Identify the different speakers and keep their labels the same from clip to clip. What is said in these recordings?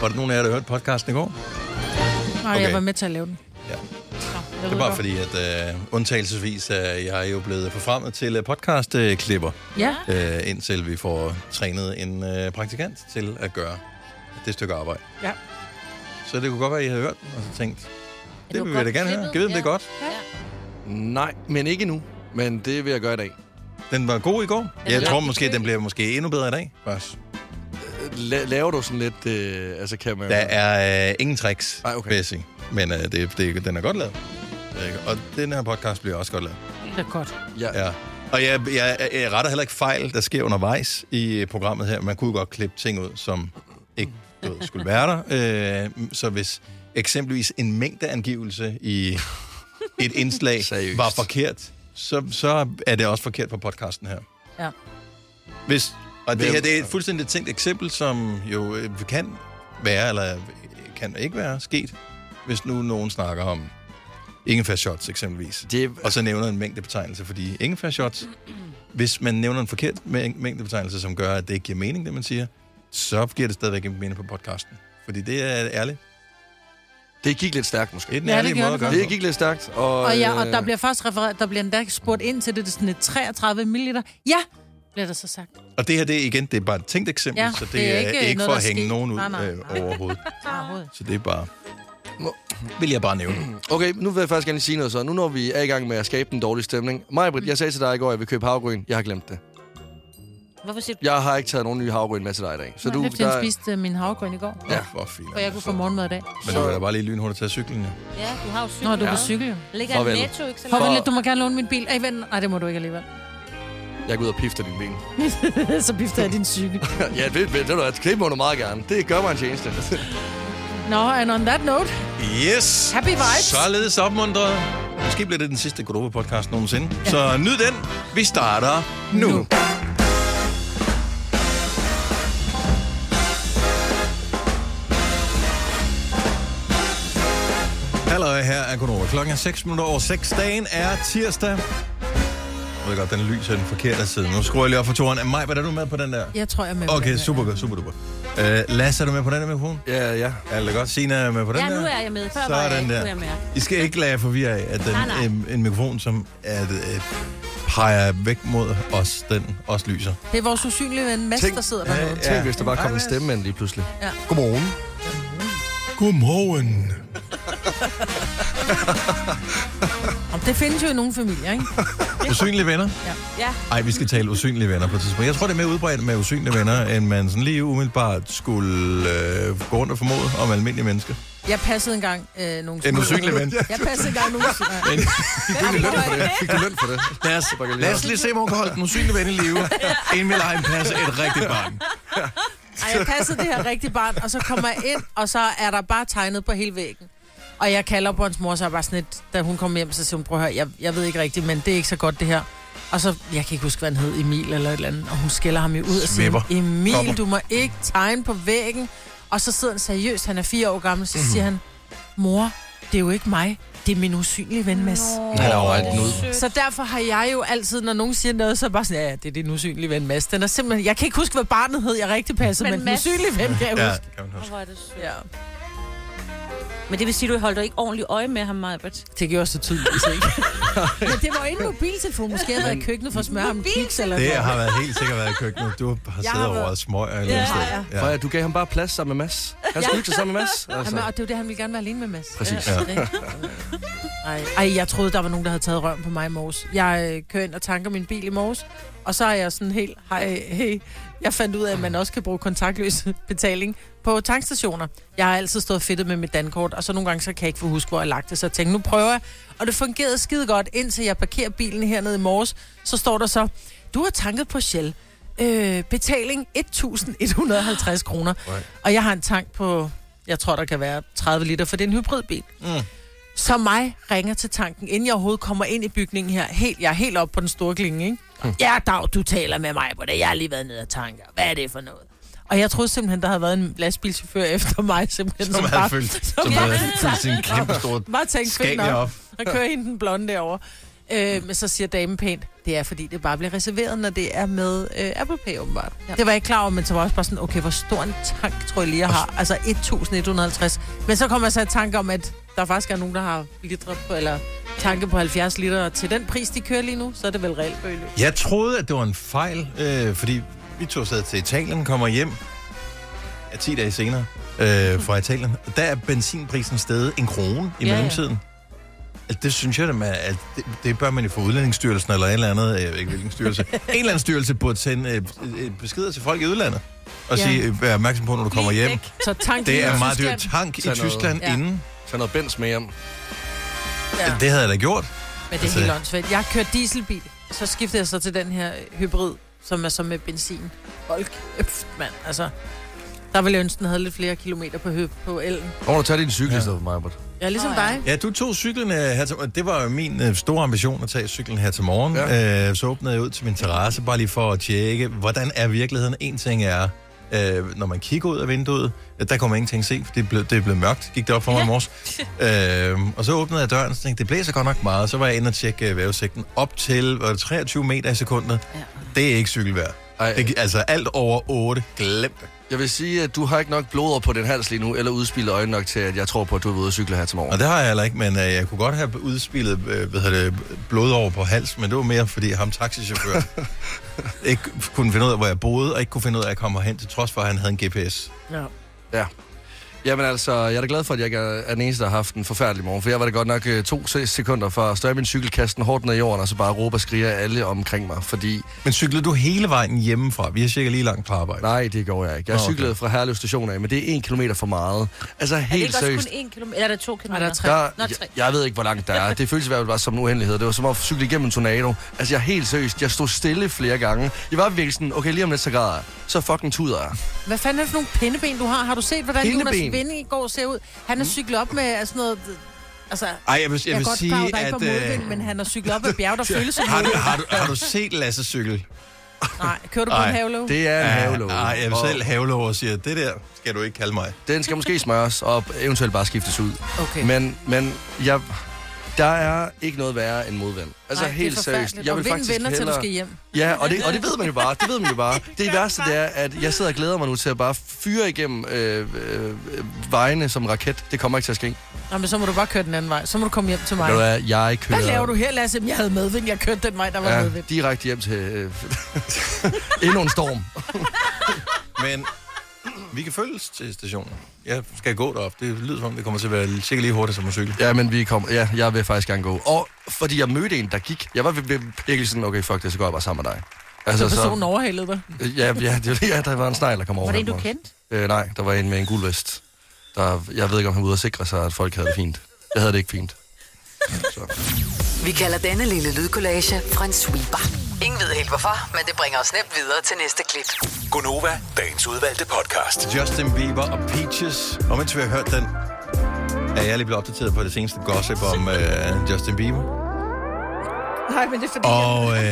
Speaker 1: Var der nogen af jer, der hørte podcasten i går?
Speaker 2: Nej,
Speaker 1: Okay.
Speaker 2: jeg var med til at lave den.
Speaker 1: Ja.
Speaker 2: Nå, jeg
Speaker 1: Det
Speaker 2: ved
Speaker 1: er bare
Speaker 2: godt.
Speaker 1: fordi, at øh, undtagelsesvis er jeg jo blevet forfremmet til øh, podcastklipper,
Speaker 2: Ja.
Speaker 1: øh, indtil vi får trænet en øh, praktikant til at gøre det stykke arbejde.
Speaker 2: Ja.
Speaker 1: Så det kunne godt være, at I havde hørt den, og så tænkt, det
Speaker 3: var
Speaker 1: vil jeg da
Speaker 3: godt
Speaker 1: gerne høre.
Speaker 3: klippet,
Speaker 1: Kan vi vide, om det er
Speaker 3: ja.
Speaker 1: godt?
Speaker 3: Ja.
Speaker 4: Nej, men ikke nu. Men det vil jeg gøre i dag.
Speaker 1: Den var god i går. Jeg
Speaker 3: var
Speaker 1: tror
Speaker 3: rigtig
Speaker 1: måske,
Speaker 3: god.
Speaker 1: den bliver måske endnu bedre i dag. Faktisk.
Speaker 4: La- laver du sådan lidt... Øh, altså, kan man...
Speaker 1: Der er øh, ingen tricks,
Speaker 4: Ej, okay.
Speaker 1: vil jeg sige. Men øh, det, det, den er godt lavet. Øh, Og den her podcast bliver også godt lavet.
Speaker 2: Det er godt.
Speaker 4: Ja.
Speaker 1: Ja. Og jeg, jeg, jeg retter heller ikke fejl, der sker undervejs i øh, programmet her. Man kunne jo godt klippe ting ud, som ikke du ved, skulle være der. Øh, så hvis eksempelvis en mængdeangivelse i et indslag
Speaker 4: Seriøst.
Speaker 1: var forkert, så, så er det også forkert på podcasten her.
Speaker 2: Ja.
Speaker 1: Hvis, og det
Speaker 4: Hvem-
Speaker 1: her det er et fuldstændig tænkt eksempel, som jo øh, kan være, eller øh, kan ikke være sket, hvis nu nogen snakker om ingefær shots eksempelvis.
Speaker 4: Det,
Speaker 1: Og så nævner en mængdebetegnelse, fordi ingefær shots, hvis man nævner en forkert mæ- mængdebetegnelse, som gør, at det ikke giver mening, det man siger, så giver det stadigvæk ikke mening på podcasten. Fordi det er ærligt.
Speaker 4: det gik lidt stærkt, måske.
Speaker 1: Det er den
Speaker 2: Ja, det
Speaker 1: ærlige
Speaker 2: gør
Speaker 1: måde
Speaker 2: det
Speaker 1: at gøre
Speaker 4: Det
Speaker 1: det.
Speaker 4: gik lidt stærkt, og...
Speaker 2: Og, ja, og
Speaker 4: øh,
Speaker 2: der bliver faktisk refereret, der bliver endda spurgt ind til det, det er sådan et 33 ml. Ja, bliver der så sagt.
Speaker 1: Og det her, det er igen, det er bare et tænkt eksempel,
Speaker 2: Ja,
Speaker 1: så det, det er ikke, ikke
Speaker 2: noget,
Speaker 1: for at
Speaker 2: der
Speaker 1: hænge
Speaker 2: sker.
Speaker 1: nogen ud
Speaker 2: Nej, nej,
Speaker 1: øh,
Speaker 2: nej.
Speaker 1: overhovedet.
Speaker 2: Overhovedet.
Speaker 1: Så det er bare...
Speaker 4: Må-
Speaker 1: Vil jeg bare nævne.
Speaker 4: Okay, nu vil jeg faktisk gerne lige sige noget så. Nu når vi er i gang med at skabe den dårlige stemning. Majbrit, jeg sagde til dig i går, at jeg vil købe havgryn. Jeg har glemt det.
Speaker 3: Hvorfor siger du?
Speaker 4: Jeg har ikke taget nogen nye havgryn med til dig i dag. Så
Speaker 2: Så du,
Speaker 4: du,
Speaker 2: jeg der... spiste øh, min havgrøn i går,
Speaker 1: Ja, hvor fint.
Speaker 2: for jeg kunne få morgenmad i dag.
Speaker 1: Men du kan da bare lige lynhurtigt tage cyklen. Ja.
Speaker 3: Ja, du har jo cykel.
Speaker 2: Nå, du er på
Speaker 3: Ja.
Speaker 2: cykel. jo.
Speaker 3: Ligger
Speaker 4: Farvel.
Speaker 3: Farvel. netto, ikke så
Speaker 2: Hov,
Speaker 3: langt?
Speaker 2: vent lidt, du må gerne låne min bil. Ej, vent. Nej, det må du ikke alligevel.
Speaker 4: jeg går ud og pifter din ben.
Speaker 2: så bifter jeg din cykel.
Speaker 4: ja, det, det, det, det, det må du meget gerne. Det gør mig en tjeneste.
Speaker 2: Nå, and on that note,
Speaker 1: Yes!
Speaker 2: Happy vibes.
Speaker 1: Således opmuntret. Måske bliver det den sidste Godova-podcast nogensinde. Så nyd den. Vi starter nu. nu.
Speaker 2: Nu.
Speaker 1: Hallo, her er Godova. Klokken er 6 minutter over 6. Dagen er tirsdag. Jeg ved godt, den lyser den forkerte side. Nu skruer jeg lige op for toren. Maj, hvad er du med på den der?
Speaker 2: jeg tror, jeg er med.
Speaker 1: Okay, super godt, super duper. Uh, Lasse, er du med på den der mikrofon?
Speaker 4: ja, ja.
Speaker 1: Alt er godt. Signe er med på den
Speaker 3: Ja,
Speaker 1: der?
Speaker 3: nu er jeg med. Før var jeg
Speaker 1: Sådan
Speaker 3: ikke, nu
Speaker 1: der.
Speaker 3: er jeg med.
Speaker 1: I skal ikke lade jer forvirre af, at den,
Speaker 3: Nej, nej.
Speaker 1: En, en mikrofon, som er, øh, peger væk mod os, den også lyser.
Speaker 2: Det er vores usynlige ven, Mads,
Speaker 4: Tænk-
Speaker 2: der sidder dernede.
Speaker 1: Ja.
Speaker 4: Tænk, hvis der bare kom en stemme ind lige pludselig.
Speaker 1: Godmorgen. Godmorgen.
Speaker 2: Om Det findes jo i nogle familier, ikke?
Speaker 1: Usynlige venner?
Speaker 3: Ja,
Speaker 1: Ej, vi skal tale usynlige venner på et tidspunkt. Jeg tror, det er mere udbredt med usynlige venner, end man sådan lige umiddelbart skulle øh, gå rundt og formode om almindelige mennesker.
Speaker 2: Jeg passede engang øh, nogle...
Speaker 1: En
Speaker 2: små-
Speaker 1: usynlig ven.
Speaker 2: Jeg passede engang nogle... Nej.
Speaker 4: Fik du løn for det?
Speaker 1: Lad os, lad os lige se, hvor hun kan holde den usynlige ven i live, inden vi lader hende passe et rigtigt barn.
Speaker 2: Ej, jeg passede det her rigtige barn, og så kommer jeg ind, og så er der bare tegnet på hele væggen. Og jeg kalder på hans mor, så er jeg bare sådan lidt, da hun kom hjem, så siger hun, prøv at høre, jeg, jeg ved ikke rigtigt, men det er ikke så godt det her. Og så, jeg kan ikke huske, hvad han hed, Emil eller et eller andet, og hun skælder ham jo ud og
Speaker 1: Smipper.
Speaker 2: siger, Emil,
Speaker 1: Kopper.
Speaker 2: du må ikke tegne på væggen. Og så sidder han seriøst, han er fire år gammel, så
Speaker 4: Mhm.
Speaker 2: siger han, mor, det er jo ikke mig, det er min usynlige ven, Mads.
Speaker 4: Han er jo alt nu.
Speaker 2: Så derfor har jeg jo altid, når nogen siger noget, så er jeg bare sådan, ja, ja, det er din usynlige ven, Mads. Den er simpelthen, jeg kan ikke huske, hvad barnet hed, jeg rigtig passede,
Speaker 3: Men
Speaker 2: men, men den
Speaker 3: Mads-
Speaker 2: usynlige ven kan jeg
Speaker 1: Ja,
Speaker 2: huske.
Speaker 1: kan man huske.
Speaker 3: hvor er det sødt.
Speaker 2: Ja.
Speaker 3: Men det vil sige, du holdt ikke ordentligt øje med ham, Majbert.
Speaker 2: Det gjorde så tydeligvis ikke. men det var jo ikke en mobiltelefon, måske jeg havde været i køkkenet for at smøre ham en kiks eller
Speaker 1: Det har været helt sikkert været i køkkenet. Du har siddet
Speaker 2: har
Speaker 1: over
Speaker 2: været-
Speaker 1: og smøg eller
Speaker 3: Ja,
Speaker 1: et sted.
Speaker 4: Ja. Freja, du gav ham bare plads sammen med Mads. Han skulle hygge sig sammen med Mads. Altså.
Speaker 2: Jamen, og det er jo det, han ville gerne være alene med Mads.
Speaker 4: Præcis.
Speaker 2: Ja. Ej, ej, jeg troede, der var nogen, der havde taget røven på mig i morges. Jeg øh, kører ind og tanker min bil i morges, og så er jeg sådan helt, hej, hey. Jeg fandt ud af, at man også kan bruge kontaktløs betaling på tankstationer. Jeg har altid stået fedtet med mit dankort, og så nogle gange så kan jeg ikke få huske, hvor jeg lagde det, så jeg tænkte, nu prøver jeg. Og det fungerede skide godt, indtil jeg parkerer bilen hernede i morges, så står der så, du har tanket på Shell. Øh, betaling 1.150 kroner. Og jeg har en tank på, jeg tror, der kan være 30 liter, for det er en hybridbil. Så mig ringer til tanken, inden jeg overhovedet kommer ind i bygningen her. Helt, jeg er helt oppe på den store klinge, ikke? Ja, Dag, du taler med mig på det. Jeg har lige været nede og tanker. Hvad er det for noget? Og jeg troede simpelthen, der havde været en lastbilchauffør efter mig, simpelthen,
Speaker 1: Som havde fyldt,
Speaker 2: bare-
Speaker 1: som havde fyldt sin kæmpe store
Speaker 2: bare tænkte,
Speaker 1: skab
Speaker 2: fedt nok.
Speaker 1: op.
Speaker 2: Og kører hende den blonde derovre. Øh, men så siger damen pænt, det er fordi, det bare bliver reserveret, når det er med øh, Apple Pay åbenbart. Ja. Det var jeg ikke klar over, men så var jeg også bare sådan, okay, hvor stor en tank tror jeg lige, jeg har. Altså 1150. Men så kommer jeg så i tanke om, at der faktisk er nogen, der har litre på, eller tanke på 70 liter. Og til den pris, de kører lige nu, så er det vel reelt bølge.
Speaker 1: Jeg troede, at det var en fejl, øh, fordi vi tog afsted til Italien, kommer hjem ja, 10 dage senere øh, fra Italien. Der er benzinprisen steget en krone i
Speaker 2: Ja, ja.
Speaker 1: mellemtiden. Altså, det synes jeg, at, man, at det, det bør man jo få udlændingsstyrelsen eller et eller andet, øh, jeg ved ikke hvilken styrelse. en eller anden styrelse burde sende øh, øh, beskeder til folk i udlandet og
Speaker 2: Ja.
Speaker 1: sige, øh, vær opmærksom på, når du kommer hjem.
Speaker 2: Så tank lige
Speaker 1: Det
Speaker 2: i
Speaker 1: er meget
Speaker 2: Tyskland.
Speaker 1: dyrt. Tank i
Speaker 4: Tag noget-
Speaker 1: Tyskland
Speaker 2: Ja.
Speaker 1: inden.
Speaker 4: Tag noget bens med hjem.
Speaker 2: Ja.
Speaker 1: Det havde jeg da gjort.
Speaker 2: Men det er
Speaker 1: Altså-
Speaker 2: helt åndssvagt. Jeg har kørt dieselbil, så skiftede jeg så til den her hybrid, som er så med benzin. Folk, øft, mand, altså. Der ville jeg ønske, den havde lidt flere kilometer på, høb, på elen.
Speaker 4: Hvor må du tage din cykel
Speaker 1: Ja.
Speaker 4: i stedet for mig, Britt.
Speaker 2: Ja, ligesom
Speaker 3: Nå,
Speaker 2: oh,
Speaker 3: ja.
Speaker 2: ja. dig.
Speaker 1: Ja, du tog cyklen øh, her til, og Det var jo min øh, store ambition at tage cyklen her til morgen. Ja. Øh, så åbnede jeg ud til min terrasse, bare lige for at tjekke, hvordan er virkeligheden. En ting er, øh, når man kigger ud af vinduet, øh, der kunne man ingenting se, for det blev, det blev mørkt. Gik det op for mig i morges. Øh, og så åbnede jeg døren, og så tænkte, det blæser godt nok meget. Så var jeg inde og tjekke øh, vejrudsigten op til var det 23 meter i sekundet. Ja. Det er ikke cykelvejr.
Speaker 4: Ej.
Speaker 1: Det, gi- altså alt over 8, glem det.
Speaker 4: Jeg vil sige, at du har ikke nok blodår på din hals lige nu, eller udspillet øjne nok til, at jeg tror på, at du er ude og cykle her til
Speaker 1: Og
Speaker 4: morgen.
Speaker 1: det har jeg heller ikke, men øh, jeg kunne godt have udspillet øh, hvad hedder det, blod over på hals, men det var mere, fordi ham taxichaufføren ikke kunne finde ud af, hvor jeg boede, og ikke kunne finde ud af, at jeg kom hen, til trods for, at han havde en GPS.
Speaker 2: Ja.
Speaker 4: Ja. Jamen altså, jeg er da glad for, at jeg ikke er er den eneste, der har haft en forfærdelig morgen, for jeg var da godt nok øh, to se- sekunder fra at støje min cykelkasten hårdt ned i jorden, og så bare råbe og skrige af alle omkring mig, fordi
Speaker 1: Men cyklede du hele vejen hjemmefra? Vi er cirka lige langt fra arbejde.
Speaker 4: nej, det går jeg ikke. Jeg
Speaker 1: Nå, okay.
Speaker 4: cyklede fra Herlev station af, men det er en kilometer for meget. Altså
Speaker 3: Er det
Speaker 4: helt
Speaker 3: ikke
Speaker 4: seriøst.
Speaker 3: også kun 1 km? Eller er der 2 km?
Speaker 2: Nej, der er tre.
Speaker 4: Der,
Speaker 3: Nå,
Speaker 4: jeg,
Speaker 3: tre.
Speaker 4: jeg ved ikke, hvor langt der er. Det føles i hvert fald bare som en uendelighed. Det var som at cykle igennem en tornado. Altså, jeg er helt seriøst. Jeg stod stille flere gange. Jeg var virkelig sådan, okay, lige om lidt så græder jeg. Så fucking tuder jeg.
Speaker 2: Hvad fanden er det for nogle pindeben, du har? Har du set, hvordan
Speaker 4: Pindeben?
Speaker 2: Jonas Vinding i går ser ud? Han har cyklet op med altså, sådan noget... Altså, jeg,
Speaker 1: Ej, jeg vil, jeg
Speaker 2: jeg er
Speaker 1: vil
Speaker 2: godt sige, klar, over,
Speaker 1: sige,
Speaker 2: der ikke var
Speaker 1: at... Øh,
Speaker 2: modvind, men han har cyklet op med bjerg, der føles som
Speaker 1: har, du, har, du, har du set Lasse cykel?
Speaker 2: Nej, kører du på
Speaker 1: Ej,
Speaker 2: en havelåg?
Speaker 4: Det er en havelåge.
Speaker 1: Nej, jeg vil
Speaker 4: Og
Speaker 1: selv havelov og siger, det der skal du ikke kalde mig.
Speaker 4: Den skal måske smøres og eventuelt bare skiftes ud.
Speaker 2: Okay.
Speaker 4: Men, men jeg, der er ikke noget værre end modvind. Altså
Speaker 2: Nej, det er
Speaker 4: helt seriøst.
Speaker 2: forfærdeligt.
Speaker 4: Jeg
Speaker 2: Og
Speaker 4: vil
Speaker 2: vinden
Speaker 4: faktisk
Speaker 2: vender til, du
Speaker 4: hellere...
Speaker 2: skal hjem.
Speaker 4: Ja, og det, og det ved man jo bare. Det ved man jo bare. Det værste det er, at jeg sidder og glæder mig nu til at bare fyre igennem øh, øh, øh, vejene som raket. Det kommer ikke til at ske.
Speaker 2: Nå, men så må du bare køre den anden vej. Så må du komme hjem til mig.
Speaker 4: Ved du hvad, jeg kører...
Speaker 2: Hvad laver du her, Lasse? Jamen, Jeg havde medvind. Jeg kørte den vej, der var ja.
Speaker 4: Ja,
Speaker 2: medvind.
Speaker 4: direkte hjem til... Øh, endnu en storm.
Speaker 1: Men vi kan følges til stationen. Jeg skal gå derop. Det lyder som om, det kommer til at være cirka lige hurtigt som at cykle.
Speaker 4: Ja, men vi kom... Ja, jeg vil faktisk gerne gå. Og fordi jeg mødte en, der gik. Jeg var vir- vir- virkelig sådan, okay, fuck det, så går jeg bare sammen med dig.
Speaker 1: Altså,
Speaker 4: Altså,
Speaker 2: Så personen overhældede dig.
Speaker 4: Ja, ja, det, ja, der var en snegl, der kom over.
Speaker 3: Var det en, du
Speaker 4: mig.
Speaker 3: kendte?
Speaker 4: Øh, nej, der var en med en gul vest. Der, jeg ved ikke, om han var ude og sikre sig, at folk havde det fint. Jeg havde det ikke fint. Så.
Speaker 5: Vi kalder denne lille lydkollage en sweeper. Ingen ved helt hvorfor, men det bringer os nemt videre til næste klip.
Speaker 6: Gunova, dagens udvalgte podcast.
Speaker 1: Justin Bieber og Peaches. Om mens vi har hørt den, er jeg lige blevet opdateret på det seneste gossip om øh, Justin Bieber.
Speaker 2: Nej, men det er fordi,
Speaker 1: Og øh,
Speaker 2: jeg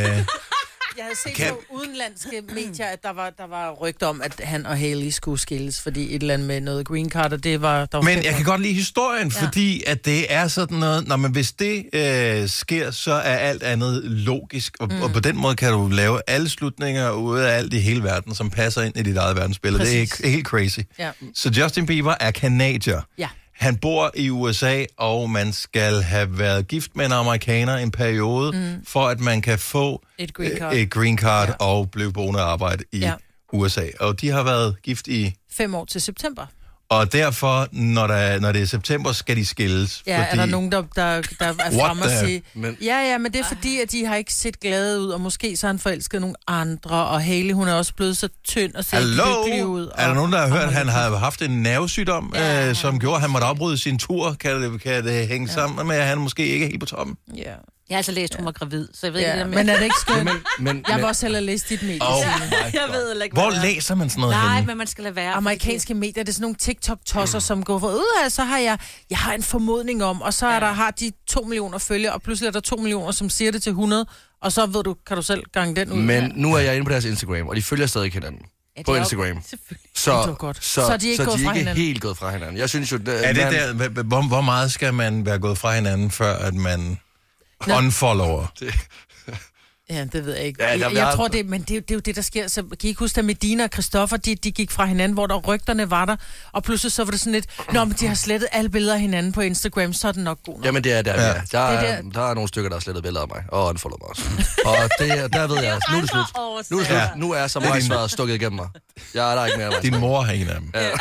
Speaker 2: havde set
Speaker 1: kan-
Speaker 2: kan... på udenlandske medier, at der var, der var rygter om, at han og Haley skulle skilles, fordi et eller andet med noget green card, og det var... Der var
Speaker 1: Men jeg kan godt lide historien,
Speaker 2: Ja.
Speaker 1: fordi at det er sådan noget, når man hvis det øh, sker, så er alt andet logisk, og, mm. og på den måde kan du lave alle slutninger ude af alt i hele verden, som passer ind i dit eget verdensbillede.
Speaker 2: Præcis.
Speaker 1: Det er ikke, helt crazy.
Speaker 2: Ja.
Speaker 1: Så Justin Bieber er kanadier.
Speaker 2: Ja.
Speaker 1: Han bor i USA, og man skal have været gift med en amerikaner en periode, mm. for at man kan få
Speaker 2: Et green
Speaker 1: øh,
Speaker 2: card.
Speaker 1: et green card ja. og blive boende og arbejde i ja.
Speaker 2: Ja.
Speaker 1: USA. Og de har været gift i
Speaker 2: Fem år til september.
Speaker 1: og derfor, når, der, når det er september, skal de skilles.
Speaker 2: Ja, fordi... er der nogen, der, der, der er fremme og
Speaker 1: the-
Speaker 2: sige...
Speaker 4: Men-
Speaker 2: Ja, ja, men det er fordi, at de har ikke set glade ud, og måske så har han forelsket nogle andre, og Haley, hun er også blevet så tynd og ser
Speaker 1: Hallo?
Speaker 2: ikke lykkelig ud.
Speaker 1: Er der nogen, der har hørt,
Speaker 2: og-
Speaker 1: at han har haft en nervesygdom, ja, øh, som gjorde, at han måtte afbryde sin tur? Kan det, kan det hænge ja. sammen med, at han måske ikke er helt på toppen?
Speaker 2: Ja,
Speaker 3: Jeg har altså læst, hun var gravid, så jeg ved ikke,
Speaker 2: ja.
Speaker 3: om
Speaker 2: men er det ikke skønt?
Speaker 4: Men,
Speaker 2: Jeg vil også hellere læse dit medie.
Speaker 1: Oh
Speaker 2: Signe.
Speaker 1: my
Speaker 3: Jeg
Speaker 1: God.
Speaker 3: ved heller ikke,
Speaker 1: Hvor
Speaker 3: hvad det er.
Speaker 1: læser man sådan noget
Speaker 3: Nej,
Speaker 1: henne?
Speaker 3: men man skal lade være.
Speaker 2: amerikanske medier, det er sådan nogle TikTok-tosser, som går for, ud af, så har jeg, jeg har en formodning om, og så er der, har de to millioner følgere, og pludselig er der to millioner, som siger det til 100, og så ved du, kan du selv gange den ud.
Speaker 4: men nu er jeg inde på deres Instagram, og de følger stadig hinanden.
Speaker 3: Ja, det
Speaker 4: På
Speaker 3: er jo-
Speaker 4: Instagram.
Speaker 3: Selvfølgelig.
Speaker 2: Det
Speaker 4: Så,
Speaker 2: var godt.
Speaker 4: så, så er de ikke, så
Speaker 2: gået
Speaker 4: de
Speaker 2: fra
Speaker 4: ikke
Speaker 2: hinanden.
Speaker 4: helt gået fra
Speaker 1: Øh,
Speaker 4: hinanden. Jeg synes jo,
Speaker 1: Er det
Speaker 4: man-
Speaker 1: der, hvor, hvor meget skal man være gået fra hinanden, før at man... Unfollower.
Speaker 2: Ja, det ved jeg ikke.
Speaker 4: Ja,
Speaker 2: Ja,
Speaker 4: der-
Speaker 2: jeg,
Speaker 4: der
Speaker 2: jeg
Speaker 4: er-
Speaker 2: tror, det, men det, er jo- det er jo det, der sker. Så kan I ikke huske, at Medina og Christoffer, de, de gik fra hinanden, hvor der rygterne var der, og pludselig så var det sådan lidt, nå, men de har slettet alle billeder af hinanden på Instagram, så er det nok god nok.
Speaker 4: Jamen, det er der, ja. der, der,
Speaker 2: Det
Speaker 4: er,
Speaker 2: er der-
Speaker 4: der er nogle stykker, der har slettet billeder af mig, og unfollow mig også. Og det, er- der ved jeg, nu er det slut. Nu er, det
Speaker 1: Ja.
Speaker 4: slut. Nu er samarbejdsvaret stukket igennem mig. Jeg er der ikke mere. mand.
Speaker 1: Din mor har en af dem.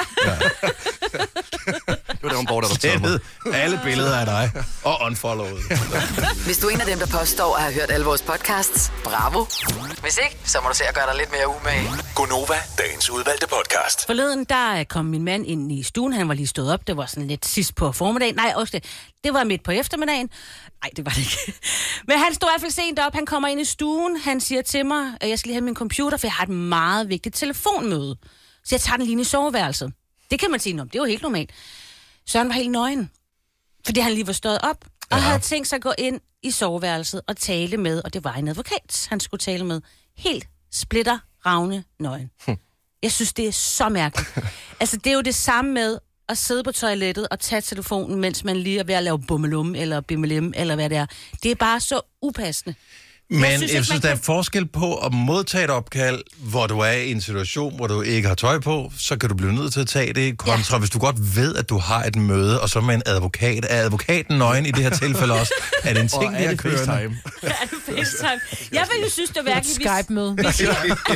Speaker 4: Det var det, hun borgte, der fortalte mig.
Speaker 1: Slettet alle billeder af dig. Og unfollowet.
Speaker 5: Hvis du er en af dem, der påstår at have hørt alle vores podcasts, bravo. Hvis ikke, så må du se at gøre dig lidt mere umage.
Speaker 6: Gonova, dagens udvalgte podcast.
Speaker 3: Forleden, der øh, kom min mand ind i stuen. Han var lige stået op. Det var sådan lidt sidst på formiddagen. Nej, også det. Det var midt på eftermiddagen. Nej, det var det ikke. Men han stod i hvert fald sent op. Han kommer ind i stuen. Han siger til mig, at jeg skal lige have min computer, for jeg har et meget vigtigt telefonmøde. Så jeg tager den lige ind i soveværelset. Det kan man sige, "Nå, men det er jo helt normalt. Søren var helt nøgen. Fordi han lige var stået op, og havde tænkt sig at gå ind i soveværelset og tale med, og det var en advokat, han skulle tale med. Helt splitter, ravne, nøgen. Jeg synes, det er så mærkeligt. altså, det er jo det samme med at sidde på toilettet og tage telefonen, mens man lige er ved at lave bummelum eller bimmelum, eller hvad det er. Det er bare så upassende.
Speaker 1: Men jeg synes,
Speaker 3: synes
Speaker 1: jeg
Speaker 3: ikke,
Speaker 1: synes
Speaker 3: man
Speaker 1: der er
Speaker 3: kan-
Speaker 1: forskel på at modtage et opkald, hvor du er i en situation, hvor du ikke har tøj på, så kan du blive nødt til at tage det, kontra ja. hvis du godt ved, at du har et møde, og så med en advokat. Er advokaten nøgen i det her tilfælde også? Er det en
Speaker 4: Og
Speaker 1: ting, vi
Speaker 4: er
Speaker 1: har
Speaker 4: det
Speaker 1: kørende?
Speaker 4: FaceTime?
Speaker 3: Er det FaceTime? Jeg ville jo synes, det var
Speaker 2: Det er et
Speaker 3: mærkeligt, hvis,
Speaker 2: Skype-møde.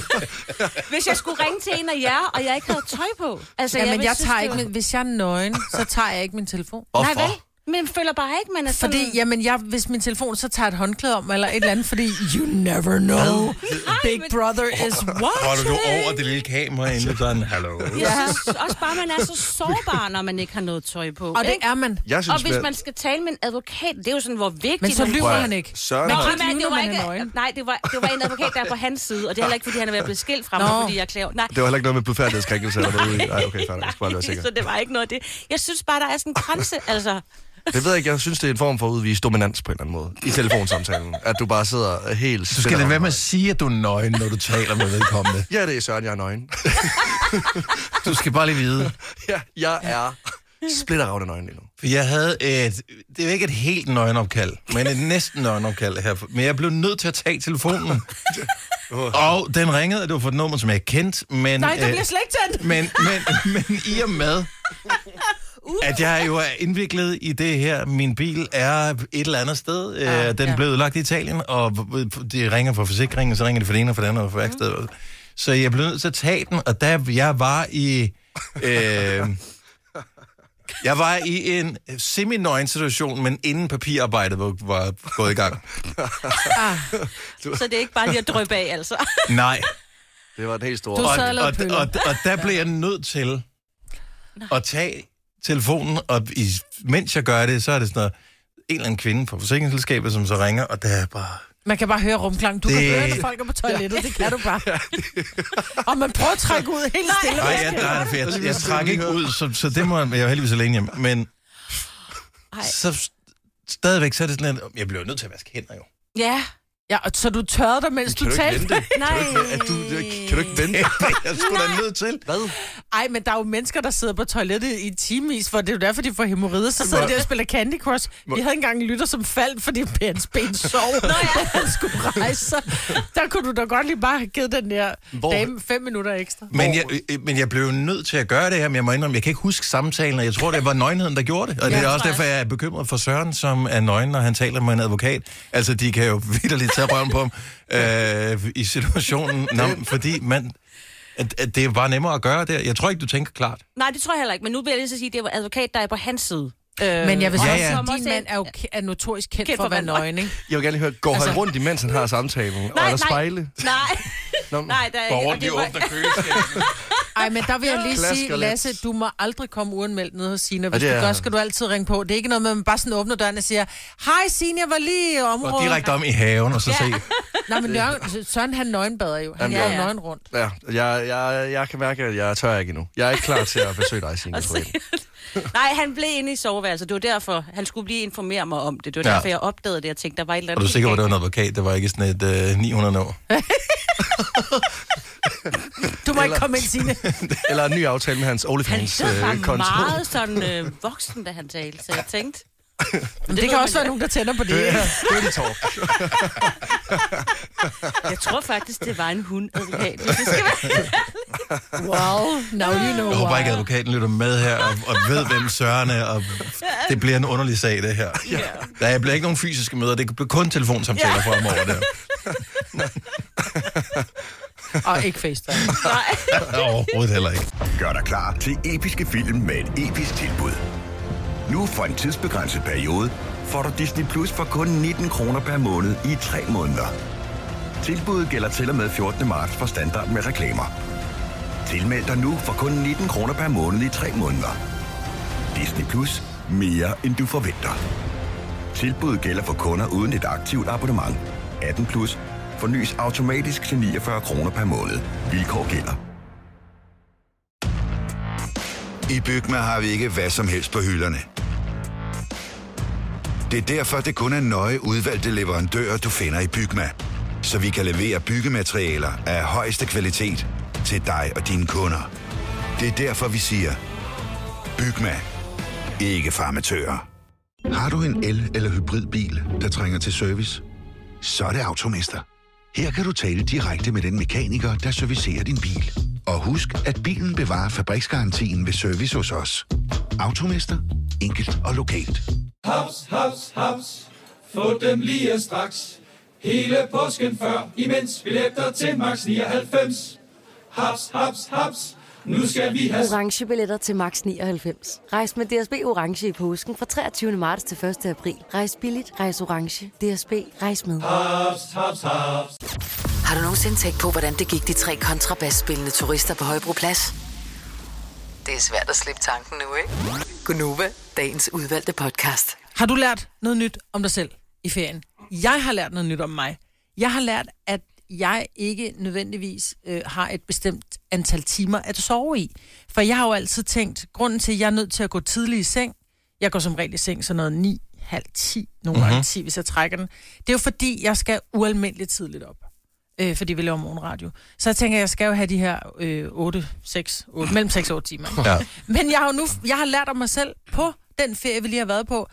Speaker 3: hvis jeg skulle ringe til en af jer, og jeg ikke havde tøj på. Altså,
Speaker 2: Ja, men
Speaker 3: ville
Speaker 2: jeg
Speaker 3: synes,
Speaker 2: tager
Speaker 3: det
Speaker 2: ikke,
Speaker 3: var-
Speaker 2: min, hvis jeg er nøgen, så tager jeg ikke min telefon.
Speaker 4: Hvorfor?
Speaker 3: Nej, vel? Men føler bare ikke, man er sådan...
Speaker 2: Fordi, jamen, jeg, hvis min telefon, så tager jeg et håndklæde om, eller et eller andet, fordi you never know. Big
Speaker 3: men-
Speaker 2: brother is
Speaker 1: Holder
Speaker 2: watching.
Speaker 1: du over det lille kamera, inden du sådan, hallo?
Speaker 3: Jeg synes også bare, man er så sårbar, når man ikke har noget tøj på.
Speaker 2: Og det
Speaker 3: ikke?
Speaker 2: er man.
Speaker 4: Jeg
Speaker 3: og
Speaker 4: synes,
Speaker 3: hvis
Speaker 4: vel-
Speaker 3: man skal tale med en advokat, det er jo sådan, hvor vigtigt...
Speaker 2: Men så
Speaker 3: man-
Speaker 2: lyver han ikke.
Speaker 4: Søren
Speaker 2: Men
Speaker 4: har-
Speaker 3: Nej,
Speaker 2: Ikke
Speaker 3: men det
Speaker 2: lyve,
Speaker 3: var
Speaker 2: når man er
Speaker 3: ikke,
Speaker 2: nøgen.
Speaker 3: nej, det var, det var en advokat, der er på hans side, og det er heller ikke, fordi han er ved at blive skilt fra mig,
Speaker 2: Nå.
Speaker 3: fordi jeg klæder... Nej,
Speaker 4: Det var heller ikke noget med blodfærdighedskrænkelse eller noget. Nej, okay, fair. nok. Jeg skal bare være sikker.
Speaker 3: så det var ikke noget af det. Jeg synes bare, der er sådan en grænse, altså...
Speaker 4: Det ved jeg ikke. Jeg synes, det er en form for at udvise dominans på en eller anden måde. I telefonsamtalen. At du bare sidder helt...
Speaker 1: Du skal lade være med at sige, at du er nøgen, når du taler med vedkommende.
Speaker 4: Ja, det er Søren, jeg er nøgen.
Speaker 1: Du skal bare lige vide.
Speaker 4: ja, jeg er splitteravne nøgen lige nu.
Speaker 1: For jeg havde et, det er jo ikke et helt nøgenopkald, men et næsten nøgenopkald her. Men jeg blev nødt til at tage telefonen. Og den ringede, og det var for et nummer, som jeg kendte, men...
Speaker 2: Nej, der
Speaker 1: øh,
Speaker 2: bliver slet ikke tændt.
Speaker 1: men, men, men i og med, at jeg jo er indviklet i det her, min bil er et eller andet sted, øh, den
Speaker 2: ja.
Speaker 1: blev lagt i Italien, og det ringer fra forsikringen, så ringer det for det ene og for det andet og for værkstedet.
Speaker 2: Mhm.
Speaker 1: Så jeg blev nødt til at tage den, og da jeg var i... Øh, jeg var i en semi situation, men inden papirarbejdet var, var gået i gang.
Speaker 3: Så det er ikke bare lige at drøbe af, altså.
Speaker 1: Nej.
Speaker 4: Det var den helt store...
Speaker 2: Du
Speaker 1: Og,
Speaker 2: sad og
Speaker 1: og,
Speaker 2: lavede
Speaker 1: og,
Speaker 2: pøller.
Speaker 1: og, og der blev jeg nødt til at tage telefonen, og i, mens jeg gør det, så er det sådan noget, en eller anden kvinde fra forsikringsselskabet, som så ringer, og der er bare...
Speaker 2: Man kan bare høre rumklang. Du det... kan
Speaker 1: Det-
Speaker 2: høre, når folk er på toilettet. Det kan du bare. Og man prøver at trække ud helt stille.
Speaker 1: Ej, jeg, nej, for jeg, jeg trak ikke ud, så, så det må jeg jeg er jo heldigvis alene hjemme. Men
Speaker 3: Ej.
Speaker 1: så st- stadigvæk, så er det sådan, at jeg bliver jo nødt til at vaske hænder jo.
Speaker 3: Ja,
Speaker 2: Ja, og så du tørrede dig, mens du talte.
Speaker 3: nej.
Speaker 4: At du, kan du ikke vente?
Speaker 1: Jeg skulle da nødt til.
Speaker 4: Hvad?
Speaker 2: Ej, men der er jo mennesker, der sidder på toilettet i timevis, for det er jo derfor, de får hemorrider. Så sidder de og spiller Candy Crush. Vi havde engang en lytter, som faldt, fordi hans ben sov, når han skulle rejse sig. Der kunne du da godt lige bare have givet den der
Speaker 4: Hvor-
Speaker 2: dame fem minutter ekstra.
Speaker 1: Men jeg, øh, men jeg blev jo nødt til at gøre det her, men jeg må indrømme, jeg kan ikke huske samtalen, og jeg tror, det var nøgenheden, der gjorde det. Og det er også derfor, jeg er bekymret for Søren, som er nøgen, når han taler med en advokat. Altså, de kan jo vidderligt tage røven på ham øh, i situationen, Nå, men fordi man, at, at det er bare nemmere at gøre det. Jeg tror ikke, du tænker klart.
Speaker 3: Nej, det tror jeg heller ikke, men nu vil jeg lige så sige, at det var advokat, der er på hans side. Øh,
Speaker 2: Men jeg vil
Speaker 3: og
Speaker 2: sige,
Speaker 1: ja, ja.
Speaker 2: ja,
Speaker 3: som
Speaker 2: ja. din
Speaker 3: også
Speaker 2: mand er jo ke- er notorisk kendt, kendt for at være nøgen, ikke?
Speaker 4: Jeg vil gerne lige høre, går han rundt, imens han har samtalen? og er der spejle?
Speaker 3: Nej,
Speaker 4: Nå,
Speaker 3: nej, der er ikke. og det var-
Speaker 1: køleskabet.
Speaker 2: Ej, men der vil jeg lige
Speaker 4: Klasker
Speaker 2: sige,
Speaker 4: lidt.
Speaker 2: Lasse, du må aldrig komme uanmeldt ned hos Sina. Hvis
Speaker 4: det
Speaker 2: ja,
Speaker 4: er-
Speaker 2: du gør, skal du altid ringe på. Det er ikke noget med, at man bare sådan åbner døren og siger, hej Sina, jeg var lige i
Speaker 1: Og
Speaker 2: området.
Speaker 1: direkte om i haven, og så se.
Speaker 2: Nej, men Jørgen, Søren han nøgenbader jo. Han
Speaker 4: Jamen,
Speaker 2: går
Speaker 4: ja.
Speaker 2: ja. nøgen rundt.
Speaker 4: Ja, jeg, jeg, jeg kan mærke, at jeg tør ikke endnu. Jeg er ikke klar til at besøge dig, Signe. på en.
Speaker 3: Nej, han blev inde i soveværelset. Det var derfor, han skulle lige informere mig om det. Det var
Speaker 1: Ja.
Speaker 3: ja. derfor, jeg opdagede det. Jeg tænkte, der var et eller
Speaker 1: Og
Speaker 3: andet...
Speaker 1: du er sikker på, at det var
Speaker 3: galt.
Speaker 1: en advokat, det var ikke sådan et øh, 900 år.
Speaker 2: Du må ikke komme ind, Signe.
Speaker 4: Eller en ny aftale med hans
Speaker 3: Han
Speaker 2: Øh,
Speaker 4: OnlyFans-konto.
Speaker 3: øh, så var meget sådan øh, voksen, da han talte, så jeg tænkte...
Speaker 2: Men det, det kan også være nogen, der tænder på det. ikke?
Speaker 4: Det er en talk.
Speaker 3: Jeg tror faktisk, det var en hund, advokat. hvis Det skal være.
Speaker 2: Wow, now you know
Speaker 1: Jeg håber
Speaker 2: why.
Speaker 1: ikke, at advokaten lytter med her og, og ved, hvem søren er. Og det bliver en underlig sag, det her. Ja. Der bliver ikke nogen fysiske møder. Det bliver kun telefonsamtaler ja. fremover. Der.
Speaker 2: Og ikke FaceTime.
Speaker 1: Overhovedet heller ikke.
Speaker 7: Gør dig klar til episke film med et episk tilbud. Nu for en tidsbegrænset periode får du Disney Plus for kun 19 kroner per måned i 3 måneder. Tilbuddet gælder til og med 14. marts for standard med reklamer. Tilmeld dig nu for kun 19 kroner per måned i 3 måneder. Disney Plus. Mere end du forventer. Tilbuddet gælder for kunder uden et aktivt abonnement. 18 plus. Fornyes automatisk til 49 kroner per måned. Vilkår gælder.
Speaker 8: I Bygma har vi ikke hvad som helst på hylderne. Det er derfor, det kun er nøje udvalgte leverandører, du finder i Bygma. Så vi kan levere byggematerialer af højeste kvalitet til dig og dine kunder. Det er derfor, vi siger, Bygma. Ikke farmatører.
Speaker 7: Har du en el- eller hybridbil, der trænger til service? Så er det Automester. Her kan du tale direkte med den mekaniker, der servicerer din bil. Og husk, at bilen bevarer fabriksgarantien ved service hos os. Automester. Enkelt og lokalt.
Speaker 9: Haps, haps, haps. Få dem lige straks. Hele påsken før, imens billetter til max 99. Haps, haps, haps. Nu skal vi have
Speaker 10: Orange billetter til max 99. Rejs med DSB Orange i påsken fra 23. marts til 1. april. Rejs billigt, rejs orange. DSB, rejs med.
Speaker 9: haps, haps, haps.
Speaker 5: Har du nogensinde tænkt på, hvordan det gik de tre kontrabasspillende turister på Højbroplads? Det er svært at slippe tanken nu, ikke? Gunova, dagens udvalgte podcast.
Speaker 2: Har du lært noget nyt om dig selv i ferien? Jeg har lært noget nyt om mig. Jeg har lært, at jeg ikke nødvendigvis øh, har et bestemt antal timer at sove i. For jeg har jo altid tænkt, grunden til, at jeg er nødt til at gå tidlig i seng, jeg går som regel i seng sådan noget 9, halv 10, nogle gange 10, hvis jeg trækker den, det er jo fordi, jeg skal ualmindeligt tidligt op. Øh, fordi vi laver morgenradio. Så jeg tænker, jeg skal jo have de her øh, 8, 6, 8, mellem 6 og 8 timer.
Speaker 1: Ja.
Speaker 2: Men jeg har jo nu, jeg har lært om mig selv på den ferie, vi lige har været på.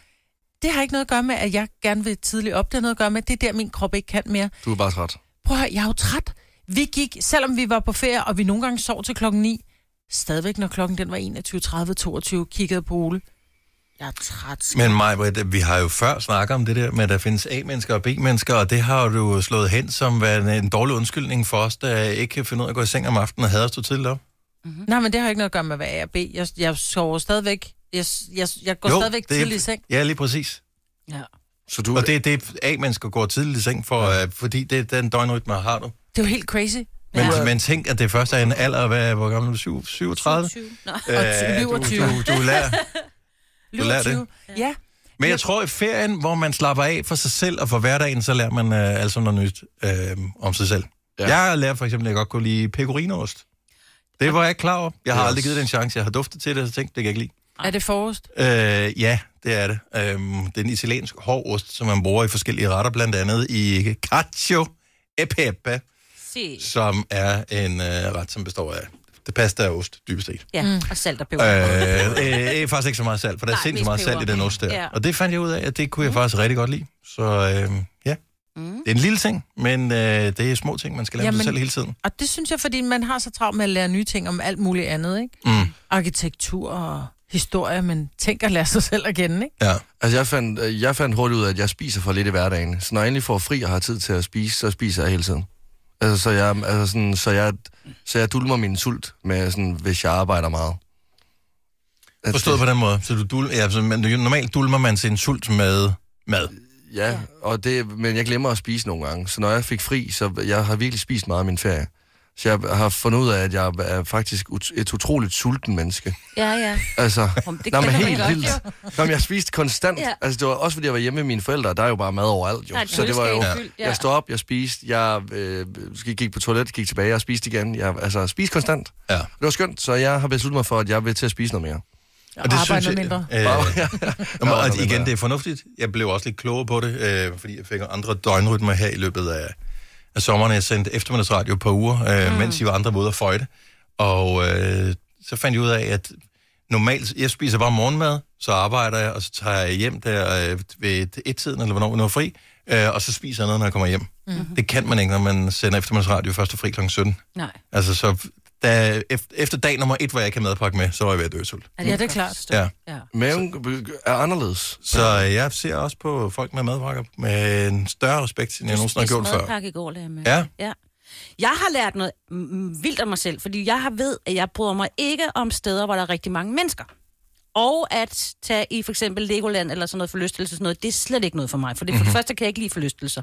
Speaker 2: Det har ikke noget at gøre med, at jeg gerne vil tidligt op. Det har noget at gøre med, at det er der, min krop ikke kan mere.
Speaker 4: Du er bare træt.
Speaker 2: Prøv at høre, jeg er jo træt. Vi gik, selvom vi var på ferie, og vi nogle gange sov til klokken 9, stadigvæk når klokken den var 21.30-22, kiggede på Ole. Jeg er træt. skat.
Speaker 1: Men Maja, vi har jo før snakket om det der med, at der findes A-mennesker og B-mennesker, og det har du jo slået hen som værende en dårlig undskyldning for os, der ikke kan finde ud af at gå i seng om aftenen og hader at stå tidligt op.
Speaker 2: Mhm. Nej, men det har ikke noget at gøre med, hvad jeg er B. Jeg, jeg sover stadigvæk. Jeg, jeg, jeg går jo, stadigvæk
Speaker 1: det er-
Speaker 2: tidligt i seng.
Speaker 1: Ja, lige præcis.
Speaker 3: Ja.
Speaker 4: Så du,
Speaker 1: Og det er det, A-mennesker går tidligt i seng for, ja. fordi det er den døgnrytme, har du.
Speaker 2: Det er jo helt crazy.
Speaker 1: Men,
Speaker 2: Ja.
Speaker 1: ja. men tænk, at det først er en alder, hvad, hvor gammel er du? Syv- 37?
Speaker 3: 20. Nå.
Speaker 1: Øh,
Speaker 2: Og
Speaker 1: du,
Speaker 2: 20.
Speaker 1: du, du lærer. Du lærer det.
Speaker 2: 27. Ja.
Speaker 1: Men jeg tror, i ferien, hvor man slapper af for sig selv og for hverdagen, så lærer man øh, altså noget nyt øh, om sig selv. Ja.
Speaker 4: Ja.
Speaker 1: Jeg lærer for eksempel, at jeg godt kunne lide pecorinost. Det var jeg ikke klar over. Jeg har
Speaker 4: Yes.
Speaker 1: aldrig givet den chance. Jeg har duftet til det, og så tænkt, det kan jeg ikke
Speaker 2: Er det forrest?
Speaker 1: lide. Øh, ja, det er det. Øhm, det er en italiensk hård ost, som man bruger i forskellige retter, blandt andet i cacio e pepe,
Speaker 3: Se.
Speaker 1: som er en øh, ret, som består af det pasta og ost, dybest set.
Speaker 3: Ja, og salt og peber.
Speaker 1: Øh, øh, faktisk ikke så meget salt, for der er
Speaker 3: Nej,
Speaker 1: sindssygt
Speaker 3: mest
Speaker 1: meget salt i
Speaker 3: peber.
Speaker 1: den ost der.
Speaker 3: Ja. Mm.
Speaker 1: Og det fandt jeg ud af, at det kunne jeg faktisk rigtig godt lide. Så øh, ja, det er en lille ting, men øh, det er små ting, man skal lære om sig
Speaker 2: Jamen.
Speaker 1: selv hele tiden.
Speaker 2: Og det synes jeg, fordi man har så travlt med at lære nye ting om alt muligt andet, ikke?
Speaker 1: Mm.
Speaker 2: Arkitektur og historie, men tænk at lære sig selv at kende, ikke?
Speaker 1: Ja.
Speaker 4: altså, jeg fandt, øh, jeg fandt hurtigt ud af, at jeg spiser for lidt i hverdagen. Så når jeg endelig får fri og har tid til at spise, så spiser jeg hele tiden. Altså, så jeg, altså sådan, så jeg, så jeg dulmer min sult, med, sådan, hvis jeg arbejder meget. At
Speaker 1: Forstået
Speaker 4: det-
Speaker 1: på den måde. Så du dul, ja, så man, normalt dulmer man sin sult med mad.
Speaker 4: Ja, og det, men jeg glemmer at spise nogle gange. Så når jeg fik fri, så jeg har virkelig spist meget af min ferie. Så jeg har fundet ud af, at jeg er faktisk ut- et utroligt sulten menneske.
Speaker 3: Ja, ja.
Speaker 4: Altså,
Speaker 3: Jamen, det
Speaker 4: nej, men
Speaker 3: kender man
Speaker 4: helt
Speaker 3: godt,
Speaker 4: vildt. Nå, men jeg spiste konstant.
Speaker 3: Ja.
Speaker 4: Ja. Altså, det var også, fordi jeg var hjemme med mine forældre, og der er jo bare mad overalt, jo.
Speaker 3: Der er et
Speaker 4: så det var jo,
Speaker 3: køleskab fyldt, ja.
Speaker 4: jeg stod op, jeg spiste, jeg øh, gik gik på toilet, gik tilbage, jeg spiste igen. Jeg, altså, spiste konstant.
Speaker 1: Ja.
Speaker 4: Det var skønt, så jeg har besluttet mig for, at jeg vil til at spise noget mere.
Speaker 2: Og, og arbejde noget mindre.
Speaker 1: Øh, ja. Nå, men, og
Speaker 4: noget
Speaker 1: igen,
Speaker 4: mindre.
Speaker 1: det er fornuftigt. Jeg blev også lidt klogere på det, øh, fordi jeg fik andre døgnrytmer her i løbet af, af sommeren. Jeg sendte eftermiddagsradio på uger, øh, mm. mens I var andre var ude at føjte. Og øh, så fandt jeg ud af, at normalt, jeg spiser bare morgenmad, så arbejder jeg, og så tager jeg hjem der øh, ved et-tiden, eller hvornår vi når fri, øh, og så spiser jeg noget, når jeg kommer hjem.
Speaker 3: Mhm.
Speaker 2: Mm-hmm.
Speaker 1: Mm. Det kan man ikke, når man sender eftermiddagsradio først og fri kl. 17.
Speaker 3: Nej.
Speaker 1: Altså, så da, eft- efter dag nummer et, hvor jeg ikke havde madpakke med, så var jeg ved at dø af sult.
Speaker 2: Ja, det er klart.
Speaker 1: Ja.
Speaker 2: Ja.
Speaker 4: Maven begy- er anderledes.
Speaker 1: Så øh, jeg ser også på folk med madpakker med en større respekt, end jeg nogensinde har gjort før.
Speaker 3: madpakke i går, lagde jeg med.
Speaker 1: Ja.
Speaker 3: ja. Jeg har lært noget mm, vildt om mig selv, fordi jeg har ved, at jeg bryder mig ikke om steder, hvor der er rigtig mange mennesker. Og at tage i for eksempel Legoland eller sådan noget forlystelse, sådan noget, det er slet ikke noget for mig. For det, for det
Speaker 11: Mhm.
Speaker 3: første kan jeg ikke lide forlystelser.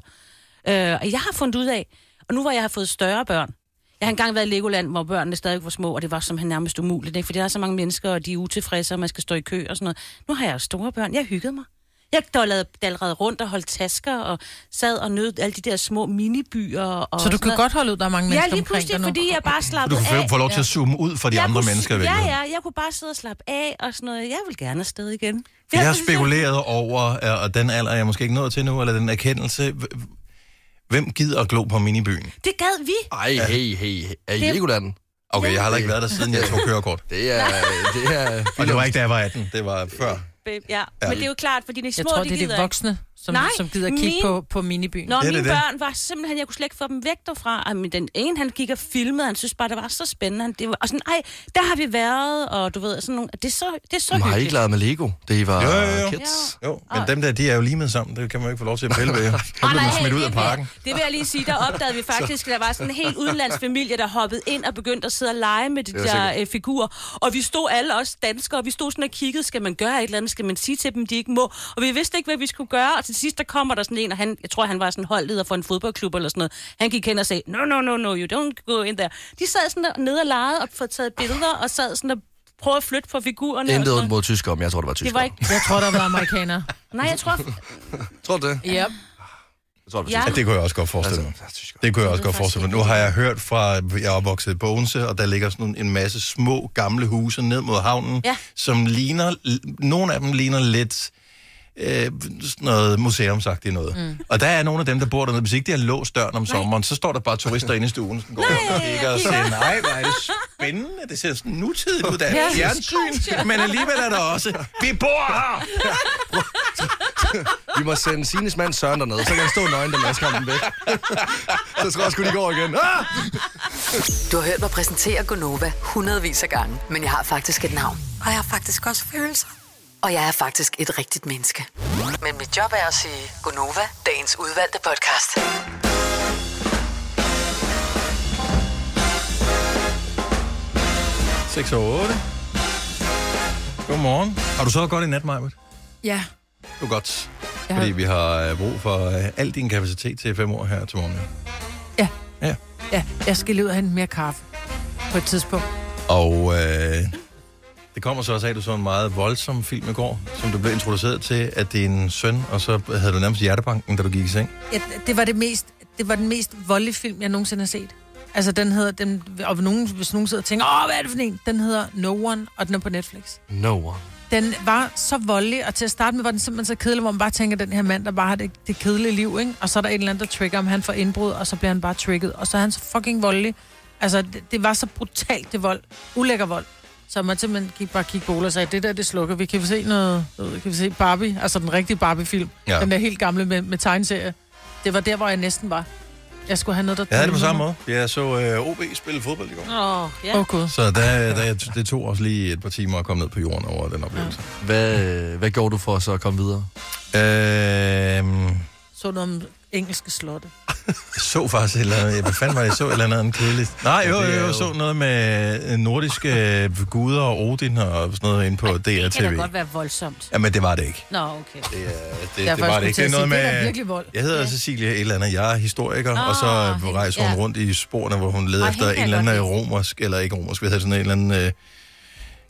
Speaker 3: Øh, og jeg har fundet ud af, og nu hvor jeg har fået større børn, jeg har engang været i Legoland, hvor børnene stadig var små, og det var simpelthen nærmest umuligt, ikke? fordi der er så mange mennesker, og de er utilfredse, og man skal stå i kø og sådan noget. Nu har jeg jo store børn, jeg hyggede mig. Jeg dollede allerede rundt og holdt tasker, og sad og nød alle de der små minibyer. Og
Speaker 2: Så du
Speaker 3: sådan
Speaker 2: kan
Speaker 3: noget.
Speaker 2: godt holde ud, der er mange
Speaker 3: Ja,
Speaker 2: mennesker
Speaker 3: lige
Speaker 2: omkring
Speaker 3: pludselig,
Speaker 2: dig nu.
Speaker 3: fordi jeg bare
Speaker 1: Du
Speaker 3: slappede af.
Speaker 1: kan få lov til at zoome ud for de
Speaker 3: Jeg
Speaker 1: andre
Speaker 3: kunne-
Speaker 1: mennesker i
Speaker 3: Ja,
Speaker 1: virkeligheden.
Speaker 3: ja, jeg kunne bare sidde og slappe af og sådan noget. Jeg vil gerne afsted igen.
Speaker 1: For jeg har spekuleret over, øh, og den alder, jeg måske ikke nået til nu, eller den erkendelse, hv- hvem gider at glo på minibyen?
Speaker 3: Det gad vi.
Speaker 4: Ej, hey, hey, hey. Er I
Speaker 3: Det-
Speaker 4: Legoland?
Speaker 1: Okay, jeg har heller ikke været der, siden jeg tog kørekort.
Speaker 4: Det er... Det er
Speaker 1: og det var ikke, da jeg var 18, det var før.
Speaker 3: Babe, Ja, men det er jo klart, fordi de små,
Speaker 2: Jeg tror,
Speaker 3: de
Speaker 2: det er
Speaker 3: gider
Speaker 2: de
Speaker 3: ikke.
Speaker 2: voksne, som,
Speaker 3: Nej,
Speaker 2: som gider at kigge
Speaker 3: min-
Speaker 2: på, på minibyen.
Speaker 3: Nå, mine børn var simpelthen, jeg kunne slet ikke få dem væk derfra. Ej, men den ene, han gik og filmede, han synes bare, det var så spændende. Han- Det var, og sådan, ej, der har vi været, og du ved, sådan nogle, det er så, det er så
Speaker 4: Man har ikke
Speaker 3: hyggeligt.
Speaker 4: leget med Lego, da I var
Speaker 1: Jo, jo, jo.
Speaker 4: kids.
Speaker 1: Jo, men dem der, de er jo limet sammen. Det kan man jo ikke få lov til at pille ved. Så bliver man smidt ud af parken.
Speaker 3: Det vil jeg lige sige, der opdagede vi faktisk, at der var sådan en helt udenlandsfamilie, der hoppede ind og begyndte at sidde og lege med de
Speaker 1: Det var
Speaker 3: der
Speaker 1: sikkert.
Speaker 3: øh, figurer. Og vi stod alle os danskere, og vi stod sådan og kiggede, skal man gøre et eller andet, skal man sige til dem, de ikke må. Og vi vidste ikke, hvad vi skulle gøre, og til sidst der kommer der sådan en, og han, jeg tror, han var sådan holdleder for en fodboldklub eller sådan noget. Han gik hen og sagde, no, no, no, no, you don't go in there. De sad sådan og- nede og legede og fået taget billeder, og sad sådan og prøvede at flytte på figurerne. og
Speaker 4: Intet
Speaker 3: sådan
Speaker 4: ondt
Speaker 3: noget.
Speaker 4: mod tyskere, men jeg tror, det var tyskere.
Speaker 3: det var ikke...
Speaker 2: Jeg tror, der var amerikanere.
Speaker 3: Nej, jeg tror...
Speaker 4: Tror du det?
Speaker 2: Ja.
Speaker 4: Jeg tror, det
Speaker 3: Ja.
Speaker 4: var tyskere. Altså,
Speaker 1: Ja, det kunne jeg også godt forestille mig. Det kunne jeg også godt forestille mig. Nu har jeg hørt fra, at jeg er opvokset i Bogense, og der ligger sådan nogle- en masse små gamle huse ned mod havnen,
Speaker 3: Ja.
Speaker 1: som ligner, nogle af dem ligner lidt øh, sådan noget museumsagtigt noget.
Speaker 3: Mm.
Speaker 1: Mm. Og der er nogle af dem, der bor dernede. Hvis ikke de har låst døren om sommeren, så står der bare turister inde i stuen, som går og kigger og siger, nej, hvor er det spændende. Det ser sådan nutidigt ud, der er
Speaker 9: Ja.
Speaker 1: fjernsyn, men alligevel er der også, vi bor her!
Speaker 4: Vi må sende Sines mand Søren derned, så kan han stå nøgen, der masker ham væk. så tror jeg sgu, de går igen. Ah!
Speaker 5: Du har hørt mig præsentere Gonova hundredvis af gange, men jeg har faktisk et navn. Og jeg har faktisk også følelser. Og jeg er faktisk et rigtigt menneske. Men mit job er at sige Gonova, dagens udvalgte podcast.
Speaker 1: Ja. 6 og 8. Godmorgen. Har du så godt i nat, Maja?
Speaker 2: Ja.
Speaker 1: Det var godt.
Speaker 2: Ja.
Speaker 1: Fordi vi har øh, brug for øh, al din kapacitet til fem år her til morgen.
Speaker 2: Ja.
Speaker 1: Ja.
Speaker 2: Ja, jeg skal lige ud og hente mere kaffe på et tidspunkt.
Speaker 1: Og øh, det kommer så også af, at du så en meget voldsom film i går, som du blev introduceret til af din søn, og så havde du nærmest hjertebanken, da du gik i seng.
Speaker 2: Ja, det var det mest, det var den mest voldelige film, jeg nogensinde har set. Altså, den hedder, den, og nogen, hvis nogen sidder og tænker, åh, hvad er det for en? Den hedder No One, og den er på Netflix.
Speaker 4: No one.
Speaker 2: Den var så voldelig, og til at starte med var den simpelthen så kedelig, hvor man bare tænker, den her mand, der bare har det, det kedelige liv, ikke? Og så er der et eller andet, der trigger ham, han får indbrud, og så bliver han bare trigget, og så er han så fucking voldelig. Altså, det, det var så brutalt, det vold. Ulækker vold. Så man simpelthen gik, bare kigge på Ole og sagde, det der, det slukker. Vi kan vi se noget, du ved, kan vi se Barbie, altså den rigtige Barbie-film.
Speaker 1: Ja.
Speaker 2: Ja. Den der helt gamle med, med tegneserie. Det var der, hvor jeg næsten var. Jeg skulle have noget, der...
Speaker 1: Jeg havde det på samme måde. Jeg så øh, OB spille fodbold i går.
Speaker 2: Åh, oh, ja. Oh, Gud.
Speaker 1: Så der, der, det tog også lige et par timer at komme ned på jorden over den oplevelse.
Speaker 4: Hvad, øh, hvad gjorde du for så at komme videre?
Speaker 1: Øh,
Speaker 2: Så noget om engelske slotte.
Speaker 1: Jeg så faktisk et eller andet. Hvad fanden var det, jeg så et eller andet andet kedeligt? Nej, jo, jo, jo, jeg så noget med øh, nordiske øh, guder og Odin og sådan noget inde på
Speaker 3: Det kan da
Speaker 1: DRTV.
Speaker 3: godt være voldsomt.
Speaker 1: Jamen, det var det ikke.
Speaker 3: Nå, okay.
Speaker 1: Det, er-
Speaker 3: Jeg er
Speaker 1: det, det
Speaker 3: faktisk
Speaker 1: var det
Speaker 3: skulle
Speaker 1: ikke.
Speaker 3: til at sige, det er da
Speaker 1: med...
Speaker 3: virkelig vold.
Speaker 1: Jeg hedder Cecilia et eller andet. Jeg er historiker,
Speaker 3: Nå,
Speaker 1: og så øh, rejser hun
Speaker 3: ja.
Speaker 1: rundt i sporene, hvor hun leder
Speaker 3: Ej,
Speaker 1: efter
Speaker 3: hende
Speaker 1: en
Speaker 3: kan
Speaker 1: eller
Speaker 3: jeg
Speaker 1: anden øh,
Speaker 3: godt
Speaker 1: romersk, eller ikke romersk, hvad hedder sådan en eller anden, øh,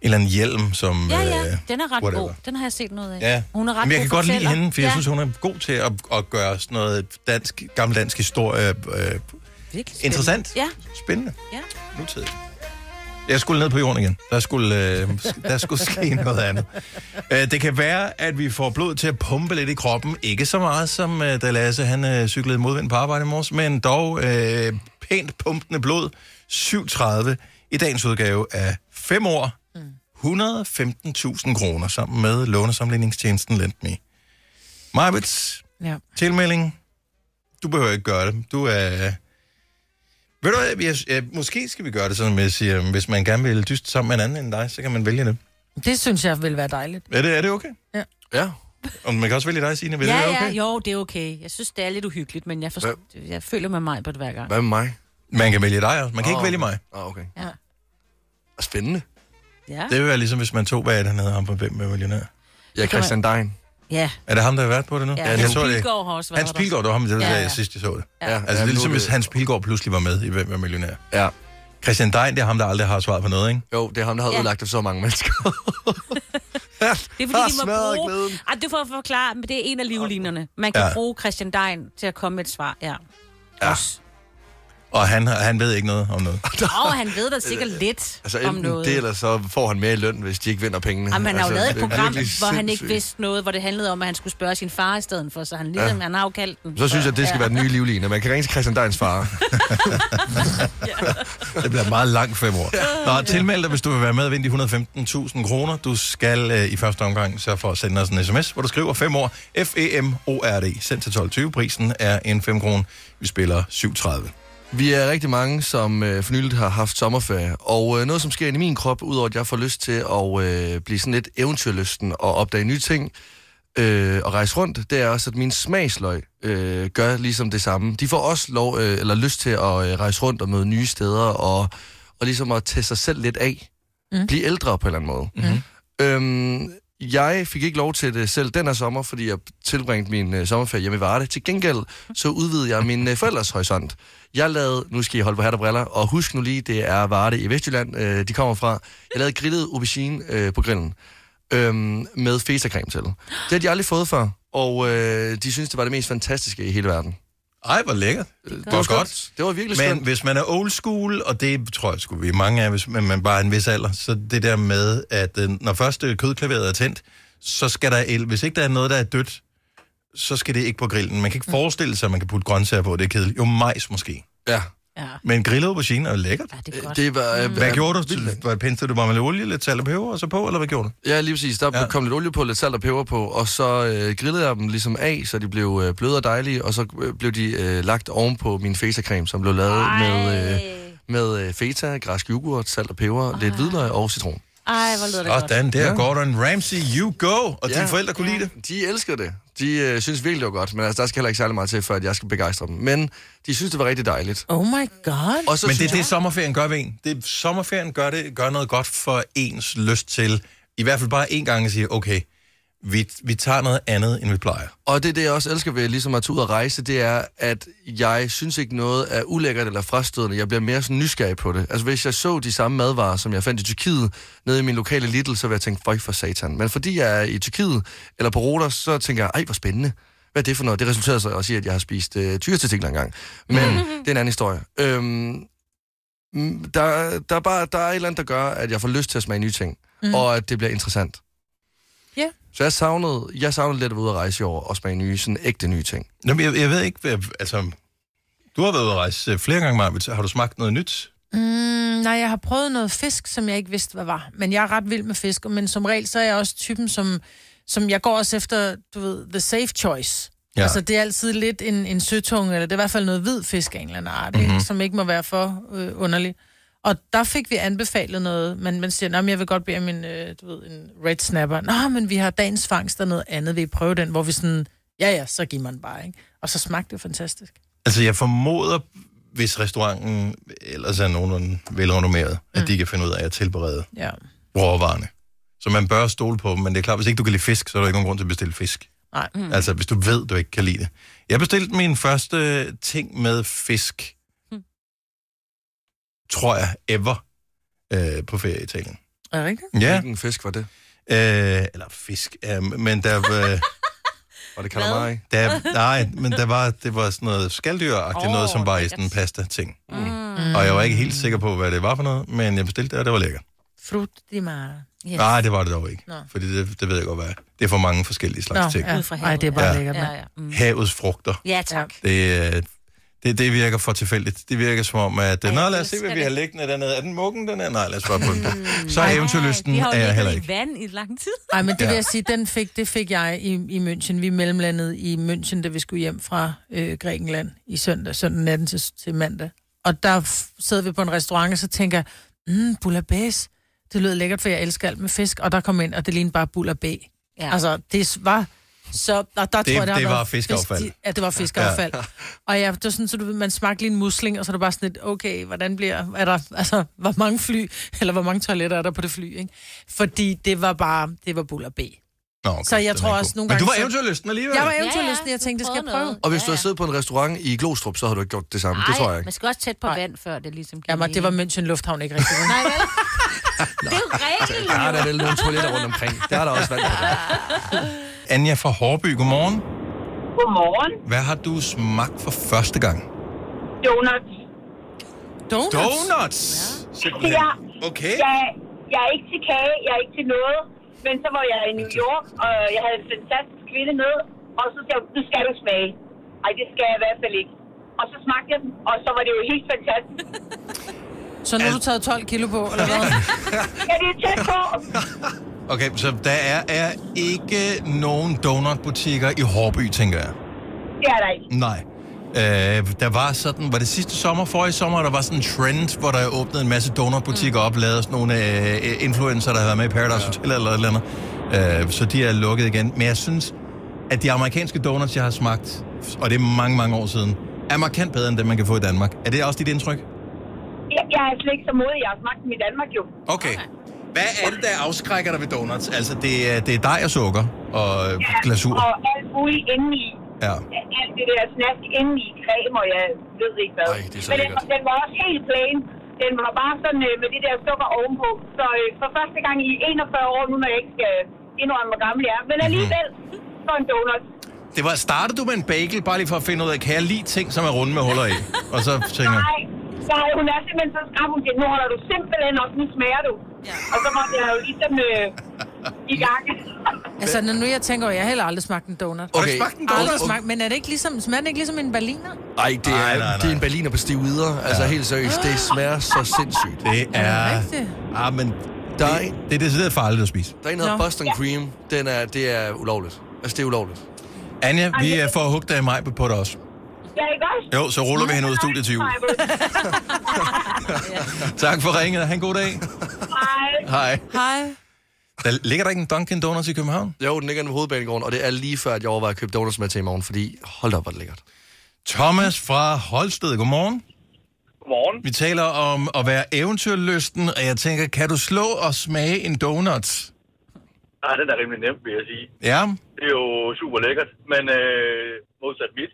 Speaker 1: en eller anden hjelm, som...
Speaker 3: Ja,
Speaker 1: øh,
Speaker 3: ja, den er ret
Speaker 1: whatever.
Speaker 3: god. Den har jeg set noget af.
Speaker 1: Ja.
Speaker 3: Hun er ret
Speaker 1: Men
Speaker 3: god
Speaker 1: jeg kan godt lide
Speaker 3: fortæller.
Speaker 1: hende, for jeg
Speaker 3: ja.
Speaker 1: synes, hun er god til at, at gøre sådan noget dansk, gammel dansk historie øh,
Speaker 3: Virkelig
Speaker 1: interessant.
Speaker 3: Ja.
Speaker 1: Spændende.
Speaker 3: Ja.
Speaker 1: Nutidigt. Jeg skulle ned på jorden igen. Der skulle, øh, der skulle ske noget andet. Øh, det kan være, at vi får blod til at pumpe lidt i kroppen. Ikke så meget som øh, da Lasse han, øh, cyklede modvind på arbejde i morges, men dog øh, pænt pumpende blod. 7.30 i dagens udgave af 5 år. Mm. 115.000 kroner sammen med lånesamligningstjenesten LendMe. Majbets,
Speaker 2: Ja.
Speaker 1: tilmelding. Du behøver ikke gøre det. Du er... Ved du hvad, jeg, jeg, måske skal vi gøre det sådan, at jeg siger, hvis man gerne vil dyste sammen med en anden end dig, så kan man vælge det.
Speaker 2: Det synes jeg vil være dejligt.
Speaker 1: Er det, er det okay?
Speaker 2: Ja.
Speaker 1: Ja. Og man kan også vælge dig, Signe. Vil
Speaker 3: ja,
Speaker 1: det være
Speaker 3: ja,
Speaker 1: okay?
Speaker 3: jo, det er okay. Jeg synes, det er lidt uhyggeligt, men jeg, forstår, jeg føler med mig på det hver gang.
Speaker 1: med mig? Man kan vælge dig også. Man kan oh, ikke
Speaker 4: Åh,
Speaker 1: vælge mig.
Speaker 4: Åh, Ah, okay.
Speaker 3: Ja.
Speaker 1: Spændende.
Speaker 3: Ja.
Speaker 1: Det vil være ligesom, hvis man tog, hvad er det, han hedder ham på Hvem er millionær? Ja,
Speaker 3: Christian
Speaker 1: Dein.
Speaker 3: ja.
Speaker 1: Er det ham, der har været på det nu?
Speaker 3: Ja, Hans Pilgaard har også været
Speaker 1: Hans
Speaker 3: der.
Speaker 1: Pilgaard, det var ham, det var
Speaker 3: Ja,
Speaker 1: ja,
Speaker 3: ja.
Speaker 1: ja. sidst, jeg så det.
Speaker 3: Ja.
Speaker 1: Ja.
Speaker 3: Ja,
Speaker 1: Altså, det
Speaker 4: nu
Speaker 1: er
Speaker 4: er
Speaker 1: ligesom,
Speaker 4: det-
Speaker 1: hvis Hans Pilgaard pludselig var med i Hvem er millionær. Ja. Christian Dein, det er ham, der aldrig har svaret på noget, ikke? Jo, det er ham, der har
Speaker 3: Ja. ødelagt
Speaker 1: det så mange mennesker.
Speaker 3: Det er
Speaker 4: Ah,
Speaker 3: fordi, de må
Speaker 4: smadret
Speaker 3: bruge...
Speaker 4: glæden.
Speaker 3: Ej, det får jeg forklare, men det er en af livlinerne. Man kan ja.
Speaker 1: Ja.
Speaker 3: bruge Christian Dein til at komme med et svar, ja.
Speaker 1: Ja. Og han, har- han ved ikke noget om noget.
Speaker 3: Og han ved da sikkert lidt
Speaker 4: Altså
Speaker 3: om
Speaker 4: enten
Speaker 3: noget.
Speaker 4: det, eller så får han mere i løn, hvis de ikke vinder pengene.
Speaker 3: Jamen, han har jo
Speaker 4: altså,
Speaker 3: lavet et
Speaker 4: det er
Speaker 3: program,
Speaker 4: virkelig
Speaker 3: hvor han ikke
Speaker 4: sindssygt.
Speaker 3: vidste noget, hvor det handlede om, at han skulle spørge sin far i stedet for, så han, ligesom, ja.
Speaker 4: Ja.
Speaker 3: han har jo kaldt den.
Speaker 4: Så synes jeg, at det skal
Speaker 3: ja.
Speaker 4: være den nye livline. Man kan ringe til Christian Deins far.
Speaker 1: Det bliver meget langt fem år. Nå, tilmeld dig, hvis du vil være med og vinde de 115.000 kroner. Du skal øh, i første omgang sørge for at sende os en sms, hvor du skriver 5 år E F-E-M-O-R-D. Send til 12.20. Prisen er en 5 kroner. Vi spiller 7.30.
Speaker 4: Vi er rigtig mange, som øh, for nylig har haft sommerferie, og øh, noget, som sker inde i min krop, udover at jeg får lyst til at øh, blive sådan lidt eventyrlysten og opdage nye ting øh, og rejse rundt, det er også, at min smagsløg øh, gør ligesom det samme. De får også lov, øh, eller lyst til at øh, rejse rundt og møde nye steder og, og ligesom at teste sig selv lidt af. Mm. Blive ældre på en eller anden måde. Mm-hmm. Øhm, jeg fik ikke lov til det selv den her sommer, fordi jeg tilbringte min øh, sommerferie hjemme i Varde. Til gengæld, så udvidede jeg min øh, forældres horisont. Jeg lavede, nu skal I holde på hat og briller, og husk nu lige, det er Varde i Vestjylland, øh, de kommer fra. Jeg lavede grillet aubergine øh, på grillen øhm, med feta-creme til. Det har de aldrig fået før, og øh, de synes, det var det mest fantastiske i hele verden. Øh,
Speaker 1: Ej, hvor lækkert. Det var godt.
Speaker 4: Det var virkelig
Speaker 1: Men
Speaker 4: skønt.
Speaker 1: hvis man er old school, og det tror jeg sgu, vi er mange af, hvis man man bare er en vis alder, så det der med, at øh, når først øh, kødklaveret er tændt, så skal der el. Hvis ikke der er noget, der er dødt, så skal det ikke på grillen. Man kan
Speaker 4: Mm.
Speaker 1: ikke forestille sig, at man kan putte grøntsager på. Det er kedeligt. Jo, majs måske.
Speaker 4: Ja.
Speaker 3: Ja.
Speaker 1: Men grillet aubergine er jo lækkert. Ja,
Speaker 3: det er
Speaker 4: godt. Det var, øh,
Speaker 1: hvad
Speaker 4: øh,
Speaker 1: gjorde du? Var det pensede du bare med lidt olie, lidt salt og peber og så på, eller hvad gjorde du?
Speaker 4: Ja, lige præcis. Der ja. kom lidt olie på, lidt salt og peber på, og så øh, grillede jeg dem ligesom af, så de blev øh, bløde og dejlige, og så øh, blev de øh, lagt ovenpå min feta-creme, som blev lavet med, øh, med øh, feta, græsk yoghurt, salt og peber, lidt hvidløg og citron.
Speaker 3: Ej, hvor lyder Ah. det godt.
Speaker 1: Sådan der, Gordon Ramsay, you go! Og
Speaker 4: Ja.
Speaker 1: dine forældre kunne lide det?
Speaker 4: De elsker det. De øh, synes virkelig, det var godt, men altså, der skal heller ikke særlig meget til, før at jeg skal begejstre dem. Men de synes, det var rigtig dejligt.
Speaker 2: Oh my god.
Speaker 4: Og så
Speaker 1: Men det
Speaker 4: synes
Speaker 1: er det,
Speaker 4: jeg-
Speaker 1: sommerferien gør ved en. Det, sommerferien gør, det, gør noget godt for ens lyst til, i hvert fald bare en gang at sige, okay, vi, vi tager noget andet, end vi plejer.
Speaker 4: Og det er det, jeg også elsker ved ligesom at tage ud og rejse, det er, at jeg synes ikke noget er ulækkert eller frastødende. Jeg bliver mere sådan nysgerrig på det. Altså hvis jeg så de samme madvarer, som jeg fandt i Tyrkiet, nede i min lokale Lidl, så ville jeg tænke, føj for satan. Men fordi jeg er i Tyrkiet eller på Rodos, så tænker jeg, ej hvor spændende. Hvad er det for noget? Det resulterede så også i, at jeg har spist øh, tyretestikler engang. Men det er en anden historie. Øhm, mm, der, der, er bare, der er et eller andet, der gør, at jeg får lyst til at smage nye ting. Mm. Og at det bliver interessant.
Speaker 2: Ja.
Speaker 4: Så jeg savnede, jeg savnede lidt at være ude at rejse i år og smage nye, sådan ægte nye ting.
Speaker 1: Nå, men jeg, jeg ved ikke, hvad, altså... Du har været ude at rejse øh, flere gange, Marvitt. Har du smagt noget nyt?
Speaker 2: Mm, nej, jeg har prøvet noget fisk, som jeg ikke vidste, hvad var. Men jeg er ret vild med fisk, men som regel, så er jeg også typen, som, som jeg går også efter, du ved, the safe choice. Ja.
Speaker 11: Ja.
Speaker 2: Altså, det er altid lidt en, en søtunge, eller det er i hvert fald noget hvid fisk af en eller anden art, mm-hmm.
Speaker 11: Mhm.
Speaker 2: ikke? som ikke må være for øh, underlig. Og der fik vi anbefalet noget, men man siger, at jeg vil godt bede om en, øh, du ved, en red snapper. Nå, men vi har dagens fangst og noget andet, vi prøve den, hvor vi sådan, ja ja, så giver man bare, ikke? Og så smagte det fantastisk.
Speaker 1: Altså, jeg formoder, hvis restauranten ellers er nogenlunde velrenommeret, mm. at de kan finde ud af at tilberede
Speaker 2: Ja.
Speaker 1: råvarerne. Så man bør stole på dem, men det er klart, hvis ikke du kan lide fisk, så er der ikke nogen grund til at bestille fisk.
Speaker 2: Nej. Mm.
Speaker 1: Altså, hvis du ved, du ikke kan lide det. Jeg bestilte min første ting med fisk,
Speaker 2: Mm.
Speaker 1: tror jeg, ever, øh, på ferie i Italien.
Speaker 2: Er det rigtigt?
Speaker 1: Ja.
Speaker 4: Hvilken fisk var det?
Speaker 1: Øh, eller fisk, øh, men der var...
Speaker 4: Var det calamari?
Speaker 1: Der, nej, men der var, det var sådan noget skaldyragtigt
Speaker 4: Åh,
Speaker 1: oh, noget, som var i sådan en pasta-ting. Mm. Og jeg var ikke helt sikker på, hvad det var for noget, men jeg bestilte det, og det var lækkert.
Speaker 2: Fruit di mare.
Speaker 1: Yes. Nej, det var det dog ikke.
Speaker 2: Nå.
Speaker 1: Fordi det, det ved jeg godt, hvad er. Det er for mange forskellige slags
Speaker 2: Nå,
Speaker 1: ting.
Speaker 2: ja. Ud fra havet. Ej, det er bare lækkert, mand.
Speaker 1: Havets frugter.
Speaker 3: Ja, Mm. tak.
Speaker 1: Det, er- Det, det virker for tilfældigt. Det virker som om, at... øh, Nå, lad os se,
Speaker 3: elsker
Speaker 1: hvad vi har
Speaker 3: det.
Speaker 1: liggende dernede. Er den mukken dernede? Nej, lad os bare på den. Så er eventyrlysten
Speaker 3: Vi har
Speaker 1: er
Speaker 3: jo
Speaker 1: jeg heller
Speaker 3: ligget
Speaker 1: ikke.
Speaker 3: i vand i lang tid.
Speaker 2: Nej, men det
Speaker 1: Ja.
Speaker 2: vil jeg sige, den fik, det fik jeg i, i München. Vi mellemlandede i München, da vi skulle hjem fra øh, Grækenland i søndag, søndag natten til, til mandag. Og der f- sidder vi på en restaurant, og så tænker jeg, mm, boulabæs. Det lød lækkert, for jeg elsker alt med fisk. Og der kom ind, og det lignede bare boulabæ.
Speaker 3: Ja.
Speaker 2: Altså, det s- var... Så og der
Speaker 1: Det-
Speaker 2: tror jeg, der har
Speaker 1: det var
Speaker 2: været fisk-
Speaker 1: fiskeaffald.
Speaker 2: Ja, det var fiskaffald. Ja. Og ja, det var sådan, så du ved, man smagte lige en musling, og så er det bare sådan lidt, okay, hvordan bliver, er der, altså, hvor mange fly, eller hvor mange toiletter er der på det fly, ikke? Fordi det var bare, det var buller B.
Speaker 1: Nå, okay,
Speaker 2: Så jeg
Speaker 1: den
Speaker 2: tror
Speaker 1: er ikke
Speaker 2: også
Speaker 1: god.
Speaker 2: nogle
Speaker 1: Men
Speaker 2: gange
Speaker 1: du var
Speaker 2: så-
Speaker 1: eventyrlysten alligevel.
Speaker 2: Jeg var eventyrlysten, jeg tænkte, det skal jeg prøve.
Speaker 4: Og hvis du havde siddet på en restaurant i Glostrup, så havde du ikke gjort det samme. det tror jeg ikke.
Speaker 3: man skal også tæt på vand, før det ligesom giver
Speaker 2: Jamen, det var München Lufthavn ikke rigtigt. vel?
Speaker 3: Nej, vel? det er jo reglen,
Speaker 4: Der er
Speaker 3: jo.
Speaker 4: der vel nogle toiletter rundt omkring. Der er der også vand.
Speaker 1: Anja fra Hårby, godmorgen.
Speaker 11: Godmorgen,
Speaker 1: Hvad har du smagt for første gang?
Speaker 11: donuts.
Speaker 2: Donuts?
Speaker 1: Donuts! Simpelthen.
Speaker 11: Jeg,
Speaker 1: Okay.
Speaker 11: Jeg, jeg er ikke til kage, jeg er ikke til noget. Men så var jeg i New York, og jeg havde en fantastisk kvinde med. Og så sagde hun, nu skal du smage. Ej, det skal jeg i hvert fald ikke. Og så smagte jeg den, og så var det jo helt fantastisk.
Speaker 2: Så nu har du
Speaker 1: Altså-
Speaker 2: taget 12 kilo på, eller hvad?
Speaker 11: Ja, det er tæt på.
Speaker 1: Okay, så der er, er ikke nogen donutbutikker i Hårby, tænker jeg.
Speaker 11: Det er der ikke.
Speaker 1: Nej. Øh, der var sådan, var det sidste sommer, forrige sommer, der var sådan en trend, hvor der åbnede en masse donutbutikker op, lavede sådan nogle øh, influencer, der havde været med i Paradise Hotel eller et eller andet. Øh, så de er lukket igen. Men jeg synes, at de amerikanske donuts, jeg har smagt, og det er mange, mange år siden, er markant bedre end dem, man kan få i Danmark. Er det også dit indtryk?
Speaker 11: Jeg, jeg er slet ikke så modig, jeg har smagt dem i Danmark jo.
Speaker 1: Okay. Hvad er det, der afskrækker dig ved donuts? Altså, det er, det er dej og sukker og øh, glasur.
Speaker 11: Og alt muligt indeni.
Speaker 1: Ja.
Speaker 11: Alt det der snask indeni, creme og jeg ved ikke hvad.
Speaker 1: Ej, det er så
Speaker 11: Men den,
Speaker 1: lækkert.
Speaker 11: den var også helt plain. Den var bare sådan øh, med det der sukker ovenpå. Så øh, for første gang i 41 år, nu når jeg ikke skal indrømme, hvor gammel jeg er.
Speaker 1: Mhm.
Speaker 11: Men alligevel, for en donut.
Speaker 1: Det var, startede du med en bagel, bare lige for at finde ud af, kan jeg lide ting, som er runde med huller i? Og så tænker jeg,
Speaker 11: Nej, nej, hun er simpelthen så skræmt. Hun siger, nu holder du simpelthen op, nu smager du. Ja. Og så måtte jeg jo ligesom øh, i gang.
Speaker 2: altså, når nu jeg tænker, at jeg har heller aldrig smagt en donut.
Speaker 4: Okay. Har du ikke smagt en donut?
Speaker 2: Aldrig smagt, men er det ikke ligesom, smager den ikke ligesom en berliner?
Speaker 4: Ej, det er, Ej, nej, nej. Det er en berliner på stivider. Altså helt seriøst, det smager så sindssygt.
Speaker 1: det er...
Speaker 2: rigtigt?
Speaker 1: Ah, men
Speaker 4: Der er,
Speaker 1: det, det er decideret farligt at spise.
Speaker 4: der er en, der hedder
Speaker 2: Nå.
Speaker 4: Boston Cream. Den er, det er ulovligt. Altså, det er ulovligt.
Speaker 1: Anja, vi øh, får hugget dig i maj på dig også.
Speaker 11: Ja, ikke også?
Speaker 1: Jo, så ruller vi hende ud af studiet til jul. Tak for ringet. Ha' en god dag.
Speaker 11: Hej.
Speaker 1: Hej.
Speaker 2: Hej.
Speaker 1: Der ligger der ikke en Dunkin' Donuts i København?
Speaker 4: Jo, den ligger inde ved hovedbanegården, og det er lige før, at jeg overvejer at købe donuts med til i morgen, fordi hold da op, hvor er det lækkert.
Speaker 1: Thomas fra Holsted, godmorgen.
Speaker 12: Godmorgen.
Speaker 1: Vi taler om at være eventyrlysten, og jeg tænker, kan du slå og smage en donut?
Speaker 12: Nej, den er rimelig nem, vil jeg sige.
Speaker 1: Ja.
Speaker 12: Det er jo super lækkert, men øh, modsat mit.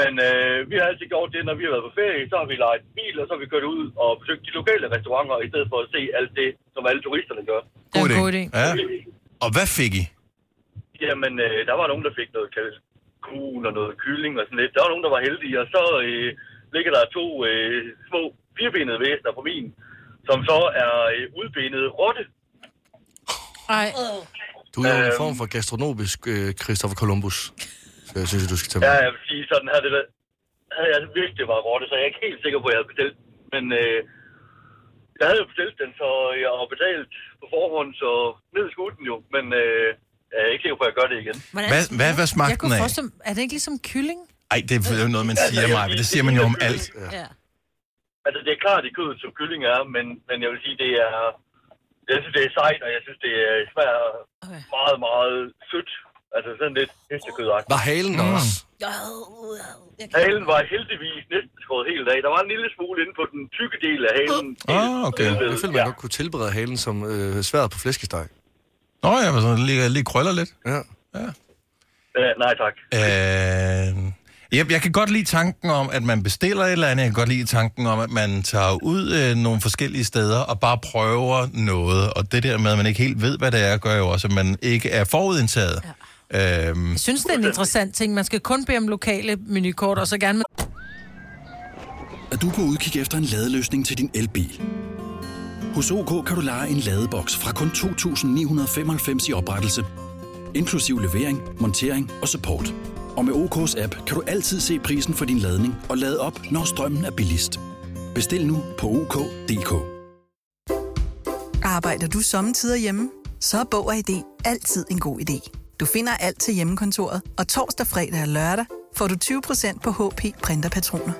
Speaker 12: Men øh, vi har altid gjort det, når vi har været på ferie, så har vi lejet en bil, og så har vi kørt ud og besøgt de lokale restauranter, i stedet for at se alt det, som alle turisterne gør.
Speaker 1: God idé. God idé. Ja. Og hvad fik I?
Speaker 12: Jamen, øh, der var nogen, der fik noget kalkun og noget kylling og sådan lidt. Der var nogen, der var heldige, og så øh, ligger der to øh, små firbenede væsener på min, som så er øh, udbenede rotte.
Speaker 2: Ej.
Speaker 4: Du er jo
Speaker 12: Øhm,
Speaker 4: en form for gastronomisk øh, Christopher Columbus. Så jeg synes, at du skal tage med.
Speaker 12: Ja, jeg vil sige, sådan havde det været- havde jeg virkelig var rotte, så jeg er ikke helt sikker på, at jeg havde bestilt. den. Men øh, jeg havde jo bestilt den, så jeg har betalt på forhånd, så ned skulle den jo. Men øh, jeg er ikke sikker på, at jeg gør det igen.
Speaker 1: Hvad, hvad, hvad
Speaker 2: Jeg
Speaker 1: smagte den
Speaker 2: kunne
Speaker 1: af?
Speaker 2: forstå, er det ikke ligesom kylling?
Speaker 1: Ej, det er jo noget, man siger, Maja. Det siger man jo om alt.
Speaker 2: Ja.
Speaker 12: Altså, det er klart, det er kødet, som kylling er, men, men jeg vil sige, det er... Jeg synes, det er sejt, og jeg synes, det er- smager meget, meget sødt. Altså sådan lidt hestekødagtigt.
Speaker 4: Var halen der også?
Speaker 12: Halen var heldigvis næsten skåret helt af. Der var en lille smule inde på den tykke del af halen.
Speaker 1: Ah, okay.
Speaker 4: Jeg føler, man godt kunne tilberede halen som øh, sværet på flæskesteg.
Speaker 1: Nå ja, men så lige, lige krøller lidt.
Speaker 4: Ja.
Speaker 12: Øh, nej, tak.
Speaker 1: Øh, jeg, jeg kan godt lide tanken om, at man bestiller et eller andet. Jeg kan godt lide tanken om, at man tager ud øh, nogle forskellige steder og bare prøver noget. Og det der med, at man ikke helt ved, hvad det er, gør jo også, at man ikke er forudindtaget. Ja. Øhm,
Speaker 2: Jeg synes, det er en interessant ting. Man skal kun bede om lokale menukort, og så gerne med...
Speaker 13: Er du på udkig efter en ladeløsning til din elbil? Hos OK kan du lege en ladeboks fra kun 2.995 i oprettelse, inklusiv levering, montering og support. Og med OK's app kan du altid se prisen for din ladning og lade op, når strømmen er billigst. Bestil nu på OK.dk.
Speaker 14: Arbejder du sommetider hjemme? Så er Bog og ID altid en god idé. Du finder alt til hjemmekontoret, og torsdag, fredag og lørdag får du 20% på HP printerpatroner.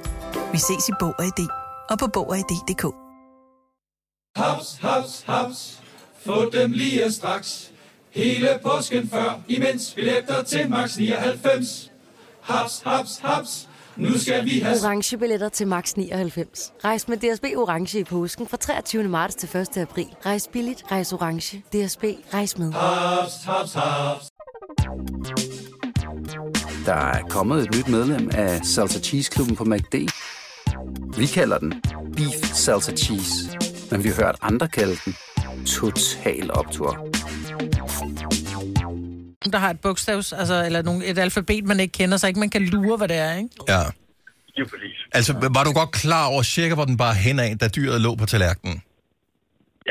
Speaker 14: Vi ses i Bog og ID og på Bog og ID.dk.
Speaker 9: Haps, haps, haps. Få dem lige straks. Hele påsken før, imens billetter til max 99. Haps, haps, haps. Nu skal vi have...
Speaker 10: Orange billetter til max 99. Rejs med DSB Orange i påsken fra 23. marts til 1. april. Rejs billigt, rejs orange. DSB, rejs med.
Speaker 9: Haps, haps, haps.
Speaker 15: Der er kommet et nyt medlem af Salsa Cheese Klubben på MACD. Vi kalder den Beef Salsa Cheese, men vi har hørt andre kalde den Total Optor.
Speaker 2: Der har et bogstavs, altså, eller nogle, et alfabet, man ikke kender, så ikke man kan lure, hvad det er, ikke?
Speaker 1: Ja. Altså, var du godt klar over cirka, hvor den bare henad, da dyret lå på tallerkenen?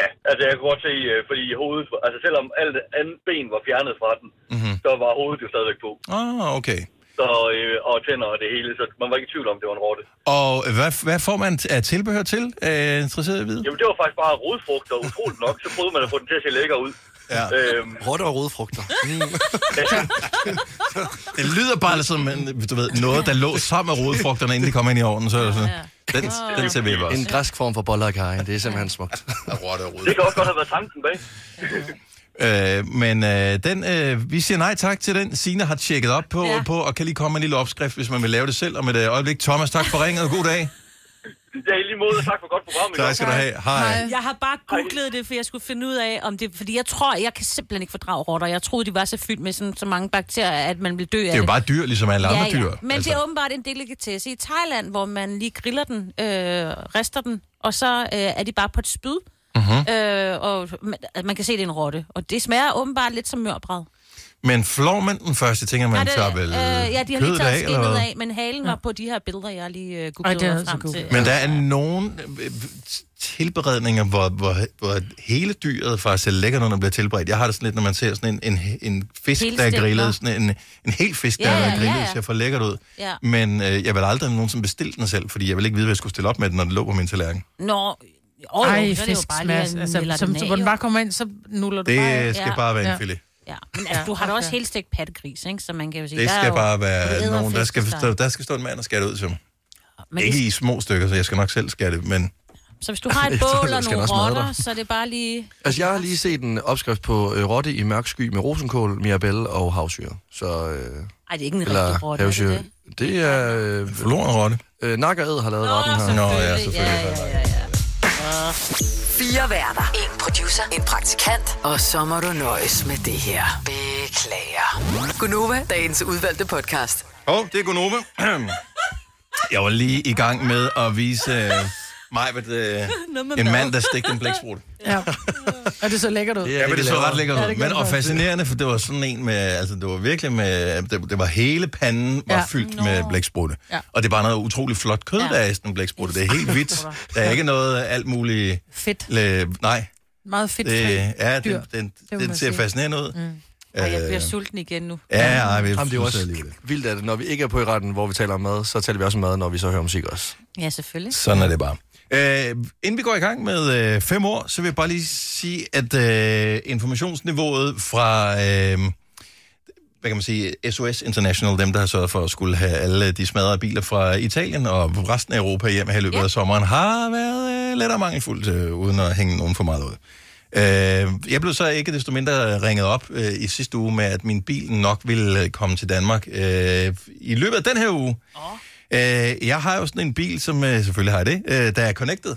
Speaker 12: Ja, altså jeg kunne godt se, øh, fordi hovedet, altså selvom alt andet ben var fjernet fra den, mm-hmm. så var hovedet jo stadigvæk på.
Speaker 1: Mhm. Ah, okay.
Speaker 12: Så, øh, og tænder og det hele, så man var ikke i tvivl om, det var en rotte.
Speaker 1: Og hvad, hvad får man af tilbehør til? Øh, interesseret i at vide?
Speaker 12: Jamen det var faktisk bare rodfrugter, utroligt nok, så prøvede man at få den til at se lækker ud.
Speaker 1: Ja. Mm.
Speaker 12: Øhm,
Speaker 4: Rotter og rodfrugter.
Speaker 1: Det lyder bare som en, du ved, noget, der lå sammen med rodfrugterne, inden de kom ind i ovnen. Så er det sådan, den, den serverer vi
Speaker 4: En
Speaker 1: også.
Speaker 4: græsk form for boller og kaj, det er simpelthen smukt.
Speaker 1: Rotter og
Speaker 12: det kan også godt have været tanken bag.
Speaker 1: Øh, men øh, den, øh, vi siger nej tak til den. Sina har tjekket op på,
Speaker 12: Ja.
Speaker 1: ja. på, og kan lige komme med en lille opskrift, hvis man vil lave det selv. Og med et øh, øjeblik, Thomas, tak for ringet, og god dag.
Speaker 12: Ja, i lige måde, tak for godt program.
Speaker 1: Tak skal du have. Hej.
Speaker 3: Jeg har bare googlet det, for jeg skulle finde ud af, om det... Fordi jeg tror, jeg kan simpelthen ikke fordrage rotter. Jeg troede, de var så fyldt med sådan, så mange bakterier, at man ville dø af
Speaker 1: Det er jo bare dyr, ligesom alle andre
Speaker 3: ja,
Speaker 1: dyr.
Speaker 3: Ja. Men altså. det er åbenbart en delikatesse i Thailand, hvor man lige griller den, øh, rister den, og så øh, er de bare på et spyd.
Speaker 1: Mhm.
Speaker 3: Øh, og man, at man kan se, det er en rotte. Og det smager åbenbart lidt som mørbræd.
Speaker 1: Men flår man den først, jeg tænker, man
Speaker 3: det,
Speaker 1: tager vel
Speaker 3: øh, ja, de har lige
Speaker 1: kødet
Speaker 3: taget
Speaker 1: af, eller
Speaker 3: skinnet
Speaker 1: hvad?
Speaker 3: af, men halen ja. var på de her billeder, jeg lige øh,
Speaker 2: Ej, det er
Speaker 3: googlede mig
Speaker 2: altså
Speaker 3: frem
Speaker 2: Google.
Speaker 3: til.
Speaker 1: Men der er nogle øh, tilberedninger, hvor, hvor, hvor hele dyret faktisk er lækker, når den bliver tilberedt. Jeg har det sådan lidt, når man ser sådan en, en, en fisk,
Speaker 16: Hele
Speaker 1: der er
Speaker 16: stænger.
Speaker 1: grillet, sådan en, en hel fisk, der
Speaker 16: Ja,
Speaker 1: er
Speaker 16: ja,
Speaker 1: grillet,
Speaker 16: ja, ja.
Speaker 1: ser for lækkert ud.
Speaker 3: Ja.
Speaker 1: Men øh, jeg vil aldrig nogensinde bestille den selv, fordi jeg vil ikke vide, hvad jeg skulle stille op med den, når den lå på min tallerken.
Speaker 3: Nå,
Speaker 2: Oh,
Speaker 3: åh,
Speaker 2: Ej,
Speaker 3: så er det jo bare lige,
Speaker 2: fisksmads.
Speaker 3: at
Speaker 2: Altså,
Speaker 3: nælder
Speaker 2: som,
Speaker 3: den
Speaker 2: så,
Speaker 3: af,
Speaker 2: hvor den
Speaker 3: jo.
Speaker 2: bare kommer ind, så nuller du
Speaker 1: Det
Speaker 2: bare. af.
Speaker 1: skal bare være en filet.
Speaker 3: Ja, men altså, du har da også helt stegt pattegris, ikke? Som man kan jo sige,
Speaker 1: Det
Speaker 3: der er
Speaker 1: skal
Speaker 3: jo-
Speaker 1: bare
Speaker 3: du æder
Speaker 1: være nogen, der
Speaker 3: fisk,
Speaker 1: skal,
Speaker 3: så-
Speaker 1: der, der skal stå en mand og skære det ud til mig.
Speaker 3: men
Speaker 1: Ikke i små stykker, så jeg skal nok selv skære det, men...
Speaker 3: Så hvis du har et
Speaker 4: Så
Speaker 3: bål og
Speaker 4: skal
Speaker 3: nogle
Speaker 4: der også mad
Speaker 3: rotter,
Speaker 4: der.
Speaker 3: så er det bare lige...
Speaker 4: Altså, jeg har lige set en opskrift på øh, rotte i mørk sky med rosenkål, mirabelle og havsyre. Så, øh,
Speaker 3: Ej, det er ikke en
Speaker 4: eller
Speaker 3: rigtig rotte, er det
Speaker 4: havsyre. det? det er... Øh,
Speaker 1: Forloren rotte.
Speaker 4: Øh, Nakker Ed har lavet retten her.
Speaker 1: Nå, ja, selvfølgelig.
Speaker 4: Ja, ja, ja.
Speaker 5: Fire værter. En producer. En praktikant. Og så må du nøjes med det her. Beklager. Gunova, dagens udvalgte podcast.
Speaker 1: Hov, det er Gunova. Jeg var lige i gang med at vise øh, mig, hvad øh,
Speaker 2: Noget med
Speaker 1: en
Speaker 2: mad.
Speaker 1: mand, der stegte en blæksprutte.
Speaker 2: Ja. Og det så lækkert ud.
Speaker 1: Ja, men det så ret
Speaker 2: Ja,
Speaker 1: lækkert ud.
Speaker 2: det gør
Speaker 1: Men
Speaker 2: det
Speaker 1: og
Speaker 2: faktisk.
Speaker 1: fascinerende, for det var sådan en med, altså det var virkelig med, det, det var hele panden var
Speaker 2: Ja.
Speaker 1: ja. fyldt med blæksprutte.
Speaker 2: Ja.
Speaker 1: Ja. Og det er bare noget utrolig flot kød,
Speaker 2: Ja.
Speaker 1: ja. der er i sådan en blæksprutte. Det er helt hvidt. Der er ikke noget øh, alt muligt...
Speaker 2: Fedt.
Speaker 1: Le, nej.
Speaker 2: Meget fedt.
Speaker 1: Det, ja,
Speaker 2: dyr.
Speaker 1: den, den,
Speaker 2: må
Speaker 1: den
Speaker 2: man
Speaker 1: ser
Speaker 2: sige.
Speaker 1: fascinerende ud.
Speaker 2: Mm.
Speaker 3: Ej, jeg bliver
Speaker 1: Øh,
Speaker 3: sulten igen nu.
Speaker 1: Ja, ja, vi
Speaker 4: Jamen, det er jo også
Speaker 1: lige det.
Speaker 4: vildt, at når vi ikke er på i retten, hvor vi taler om mad, så taler vi også om mad, når vi så hører musik også.
Speaker 3: Ja, selvfølgelig.
Speaker 1: Sådan er det bare. Øh, inden vi går i gang med øh, fem år, så vil jeg bare lige sige, at øh, informationsniveauet fra, øh, hvad kan man sige, SOS International, dem der har sørget for at skulle have alle de smadrede biler fra Italien og resten af Europa hjem her i løbet af sommeren, har været øh, lidt og mangelfuldt, øh, uden at hænge nogen for meget ud. Øh, jeg blev så ikke desto mindre ringet op øh, i sidste uge med, at min bil nok ville øh, komme til Danmark øh, i løbet af den her uge. Øh, jeg har jo sådan en bil, som øh, selvfølgelig har jeg det, øh, der er connected.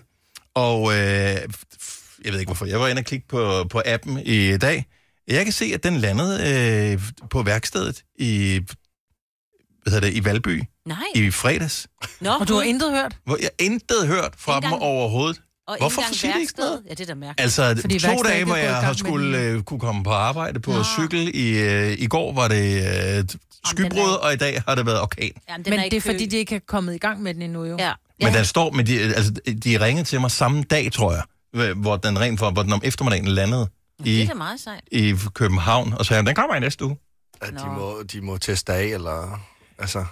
Speaker 1: Og øh, f- jeg ved ikke hvorfor, jeg var inde og kigge på, på appen i dag. Jeg kan se, at den landede øh, på værkstedet i, hvad hedder det, i Valby
Speaker 3: Nej.
Speaker 1: i fredags.
Speaker 3: Nå,
Speaker 2: og du har intet hørt?
Speaker 1: Hvor jeg intet hørt fra
Speaker 3: Ikke
Speaker 1: dem
Speaker 3: engang-
Speaker 1: overhovedet.
Speaker 3: Og ikke
Speaker 1: Hvorfor
Speaker 3: engang
Speaker 1: siger de ikke sådan
Speaker 3: værksted?
Speaker 1: noget?
Speaker 3: Ja, det er da mærkeligt.
Speaker 1: Altså, Fordi to
Speaker 3: værkstedet
Speaker 1: dage,
Speaker 3: ikke
Speaker 1: hvor
Speaker 3: er gået i
Speaker 1: jeg
Speaker 3: gang
Speaker 1: har
Speaker 3: med
Speaker 1: skulle
Speaker 3: den.
Speaker 1: øh, kunne komme på arbejde på Nå. cykel. I, øh, I går var det øh, skybrud, og i dag har det været orkan.
Speaker 2: Men
Speaker 3: den er
Speaker 2: det
Speaker 3: ikke
Speaker 2: er fordi,
Speaker 3: kø.
Speaker 2: de ikke er kommet i gang med den endnu, jo.
Speaker 3: Ja.
Speaker 1: Men den står med de, altså, de ringede til mig samme dag, tror jeg, hv- hvor den rent for, hvor den om eftermiddagen landede
Speaker 3: Det
Speaker 1: i,
Speaker 3: er da meget sejt.
Speaker 1: i København, og sagde, den kommer i næste uge.
Speaker 4: At de må, de må teste dig af, eller... Altså,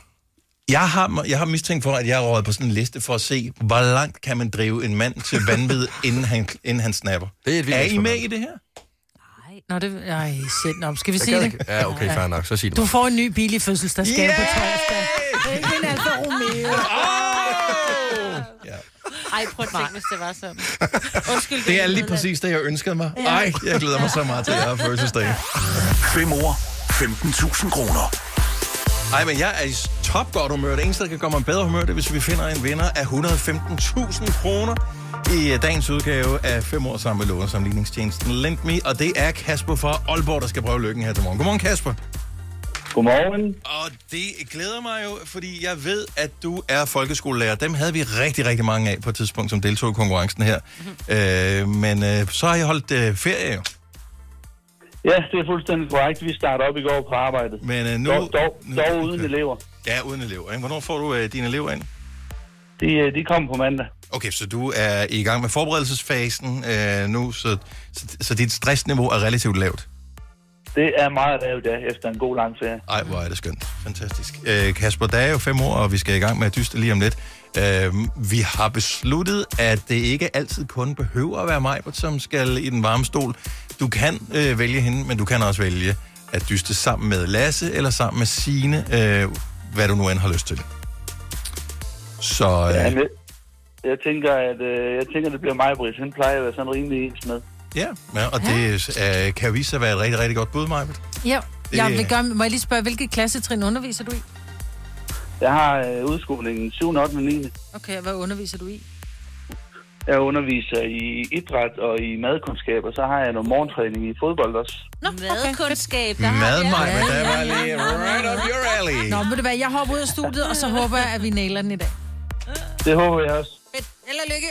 Speaker 1: Jeg har, jeg har mistænkt for, at jeg har røget på sådan en liste for at se, hvor langt kan man drive en mand til vanvid, inden, han, inden han snapper.
Speaker 4: Det er et vildt
Speaker 1: er I
Speaker 4: eksperiment.
Speaker 1: med i det her?
Speaker 2: Nå, det... Ej, shit. Nå, skal vi
Speaker 4: Jeg
Speaker 2: sige
Speaker 4: gad
Speaker 2: det?
Speaker 4: ikke. Ja, okay, fair nok. Så sig det
Speaker 2: Du
Speaker 4: bare.
Speaker 2: får en ny bil i fødselsdagsgave yeah! på torsdag. Det er ikke en
Speaker 16: altså,
Speaker 2: Alfa Romeo.
Speaker 16: Ej, prøv at tænke, hvis det var sådan. Undskyld.
Speaker 1: Det er lige præcis det, jeg ønskede mig.
Speaker 16: Ja.
Speaker 1: Ej, jeg glæder mig så meget til, at jeg har fødselsdag.
Speaker 6: Fem år, 15.000 kroner.
Speaker 1: Ej, men jeg er i top godt humør. Det eneste, der kan komme mig i bedre humør, det er, hvis vi finder en vinder af 115.000 kroner i øh, dagens udgave af 5 år sammen med lånesamligningstjenesten Lendme. Og det er Kasper fra Aalborg, der skal prøve lykken her til morgen. Godmorgen, Kasper.
Speaker 17: Godmorgen.
Speaker 1: Og det glæder mig jo, fordi jeg ved, at du er folkeskolelærer. Dem havde vi rigtig, rigtig mange af på et tidspunkt, som deltog i konkurrencen her. Øh, men øh, så har jeg holdt øh, ferie jo.
Speaker 17: Ja, det er fuldstændig korrekt. Vi starter op i går på arbejdet.
Speaker 1: Men øh, nu...
Speaker 17: Dog, dog,
Speaker 1: nu,
Speaker 17: dog uden elever.
Speaker 1: Ja, uden elever. Ikke? Hvornår får du øh, dine elever ind?
Speaker 17: De, øh, de kommer på mandag.
Speaker 1: Okay, så du er i gang med forberedelsesfasen øh, nu, så, så, så dit stressniveau er relativt lavt.
Speaker 17: Det er meget lavt, ja, efter en god lang ferie.
Speaker 1: Ej, hvor er det skønt. Fantastisk. Øh, Kasper, der er jo fem år, og vi skal i gang med at dyste lige om lidt. Øh, vi har besluttet, at det ikke altid kun behøver at være mig, som skal i den varme stol. Du kan øh, vælge hende, men du kan også vælge at dyste sammen med Lasse eller sammen med Sine, øh, hvad du nu end har lyst til. Så øh,
Speaker 17: Ja, men jeg tænker, at øh, jeg tænker, det bliver mig, Britt. Han plejer at være sådan rimelig ens med.
Speaker 1: ja, ja, og det øh, kan jo vise sig at være et rigtig, rigtig godt bud, Maja.
Speaker 2: Ja, jeg
Speaker 1: Det-
Speaker 2: vil gøre, må jeg lige spørge, hvilket klassetrin underviser du i?
Speaker 17: Jeg har øh, udskolingen 7. 8. og 9.
Speaker 2: Okay, og hvad underviser du i?
Speaker 17: Jeg underviser i idræt og i madkundskab, og så har jeg noget morgentræning i fodbold også.
Speaker 3: Nå, Madkundskab. Okay.
Speaker 1: Mad, Maja, der var lige right up your alley.
Speaker 2: Nå, ved du hvad, jeg hopper ud af studiet, og så håber jeg, at vi nailer den i dag.
Speaker 17: Det håber jeg også.
Speaker 2: Eller lykke.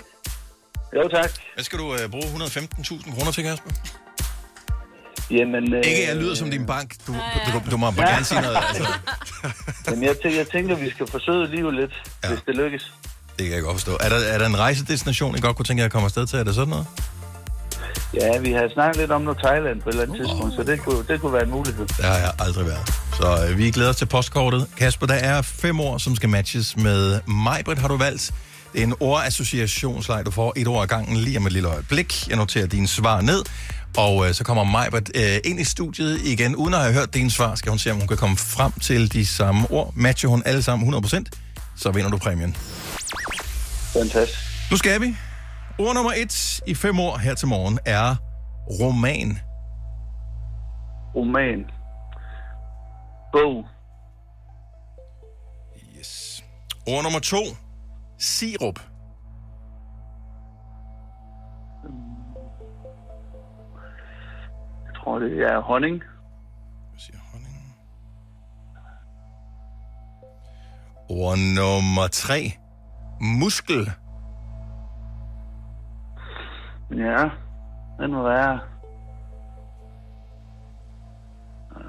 Speaker 17: Jo, tak.
Speaker 1: Hvad skal du øh, bruge 115.000 kroner til, Kasper?
Speaker 17: Jamen, øh,
Speaker 1: Ikke, jeg lyder som din bank. Du, du, du, du må bare gerne sige noget. Altså.
Speaker 17: Jamen, jeg tænker, jeg tænker, vi skal forsøge livet lidt, ja. hvis det lykkes.
Speaker 1: Det kan jeg godt forstå. Er der, er der en rejsedestination, I godt kunne tænke jer at komme afsted til? Er det sådan noget?
Speaker 17: Ja, vi har snakket lidt om noget Thailand på et eller andet tidspunkt, så det kunne, det kunne være en mulighed.
Speaker 1: Der har jeg aldrig været. Så øh, vi glæder os til postkortet. Kasper, der er fem ord, som skal matches med Majbrit, har du valgt. Det er en ordassociationsleg, du får et ord ad gangen lige om et lille øjeblik. Jeg noterer dine svar ned, og øh, så kommer Majbrit øh, ind i studiet igen. Uden at have hørt dine svar, skal hun se, om hun kan komme frem til de samme ord. Matcher hun alle sammen 100%, så vinder du præmien.
Speaker 17: Fantastisk.
Speaker 1: Nu skal vi. Ord nummer et i fem år her til morgen er roman.
Speaker 17: Roman. Bog.
Speaker 1: Yes. Ord nummer to. Sirup.
Speaker 17: Jeg tror, det er honning.
Speaker 1: Ord nummer tre. Muskel.
Speaker 17: Ja, den må være... Øh.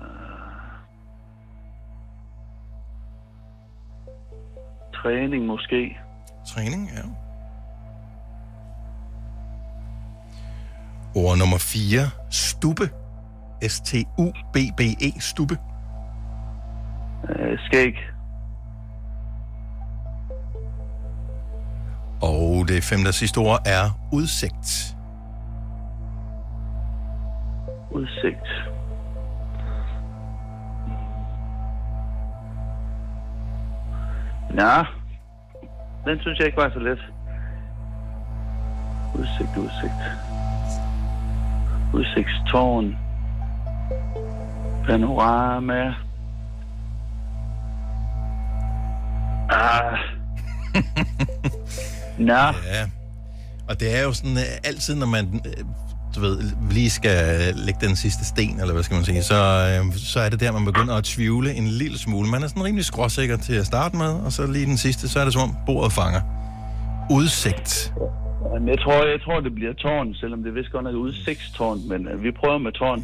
Speaker 17: Træning måske.
Speaker 1: Træning, ja. Ord nummer fire. Stube. E. S-T-U-B-B-E. Stube.
Speaker 17: Øh, skæg.
Speaker 1: Og det femte og sidste ord er udsigt.
Speaker 17: Udsigt. Ja, den synes jeg ikke var så let. Udsigt, udsigt. Udsigtstårn. Panorama. Ah. Nå.
Speaker 1: Ja. Og det er jo sådan øh, altid, når man øh, du ved, lige skal øh, lægge den sidste sten, eller hvad skal man sige, så, øh, så er det der, man begynder at tvivle en lille smule. Man er sådan rimelig skråsikker til at starte med, og så lige den sidste, så er det som om bordet fanger. Udsigt.
Speaker 17: Jamen, Jeg tror, jeg tror, det bliver tårn, selvom det vist godt nok er udsigtstårn, men øh, vi prøver med tårn.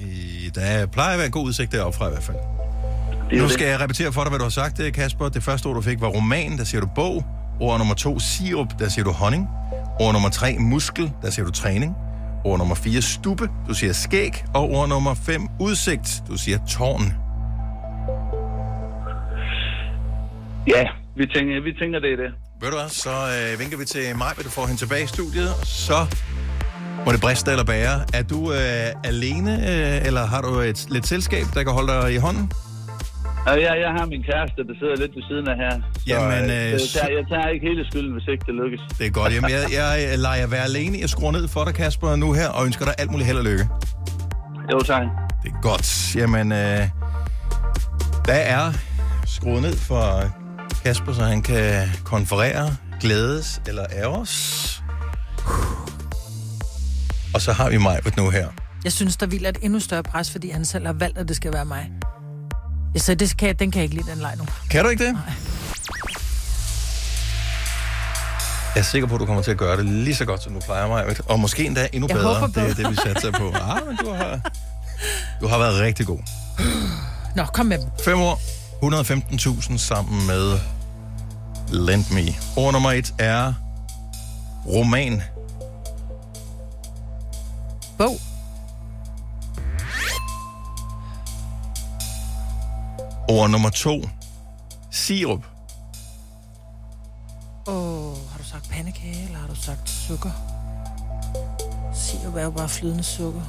Speaker 1: Der plejer at være god udsigt deroppe fra i hvert fald.
Speaker 17: er jo
Speaker 1: Nu
Speaker 17: det.
Speaker 1: skal jeg repetere for dig, hvad du har sagt, øh, Kasper. Det første ord, du fik, var roman, der siger du bog. Ord nummer to, sirup, der siger du honning. Ord nummer tre, muskel, der siger du træning. Ord nummer fire, stube, du siger skæg. Og ord nummer fem, udsigt, du siger tårn.
Speaker 17: Ja, vi tænker, vi tænker det er det.
Speaker 1: Ved du hvad, så øh, vinker vi til Maj, du får hende tilbage i studiet, og så må det briste eller bære. Er du øh, alene, øh, eller har du et lidt selskab, der kan holde dig i hånden?
Speaker 17: Og jeg, jeg har min kæreste, der sidder lidt ved siden af her. Så,
Speaker 1: Jamen,
Speaker 17: øh,
Speaker 1: øh,
Speaker 17: jeg,
Speaker 1: så-
Speaker 17: tager, jeg tager ikke hele skylden, hvis ikke det lykkes.
Speaker 1: Det er godt. Jamen, jeg, jeg øh, lader jer være alene. Jeg skruer ned for dig, Kasper, nu her, og ønsker dig alt muligt held og lykke.
Speaker 17: Jo, tak.
Speaker 1: Det er godt. Jamen, øh, der er skruet ned for Kasper, så han kan konferere, glædes eller ærges. Og så har vi mig nu her.
Speaker 2: Jeg synes, der vil et endnu større pres, fordi han selv har valgt, at det skal være mig. Ja, så det kan, jeg- den kan jeg ikke lide, den leg nu.
Speaker 1: Kan du ikke det? Nej. Jeg er sikker på, at du kommer til at gøre det lige så godt, som du plejer mig. Og måske endda endnu
Speaker 2: Jeg
Speaker 1: bedre.
Speaker 2: håber bedre.
Speaker 1: Det er det, vi satser på. Ah, men du har, du har været rigtig god.
Speaker 2: Nå, kom med dem.
Speaker 1: 5 år, 115.000 sammen med Lend Me. Ord nummer et er roman.
Speaker 2: Bog.
Speaker 1: Ord nummer to, sirup.
Speaker 2: Åh, oh, har du sagt pandekage, eller har du sagt sukker? Sirup er jo bare flydende sukker.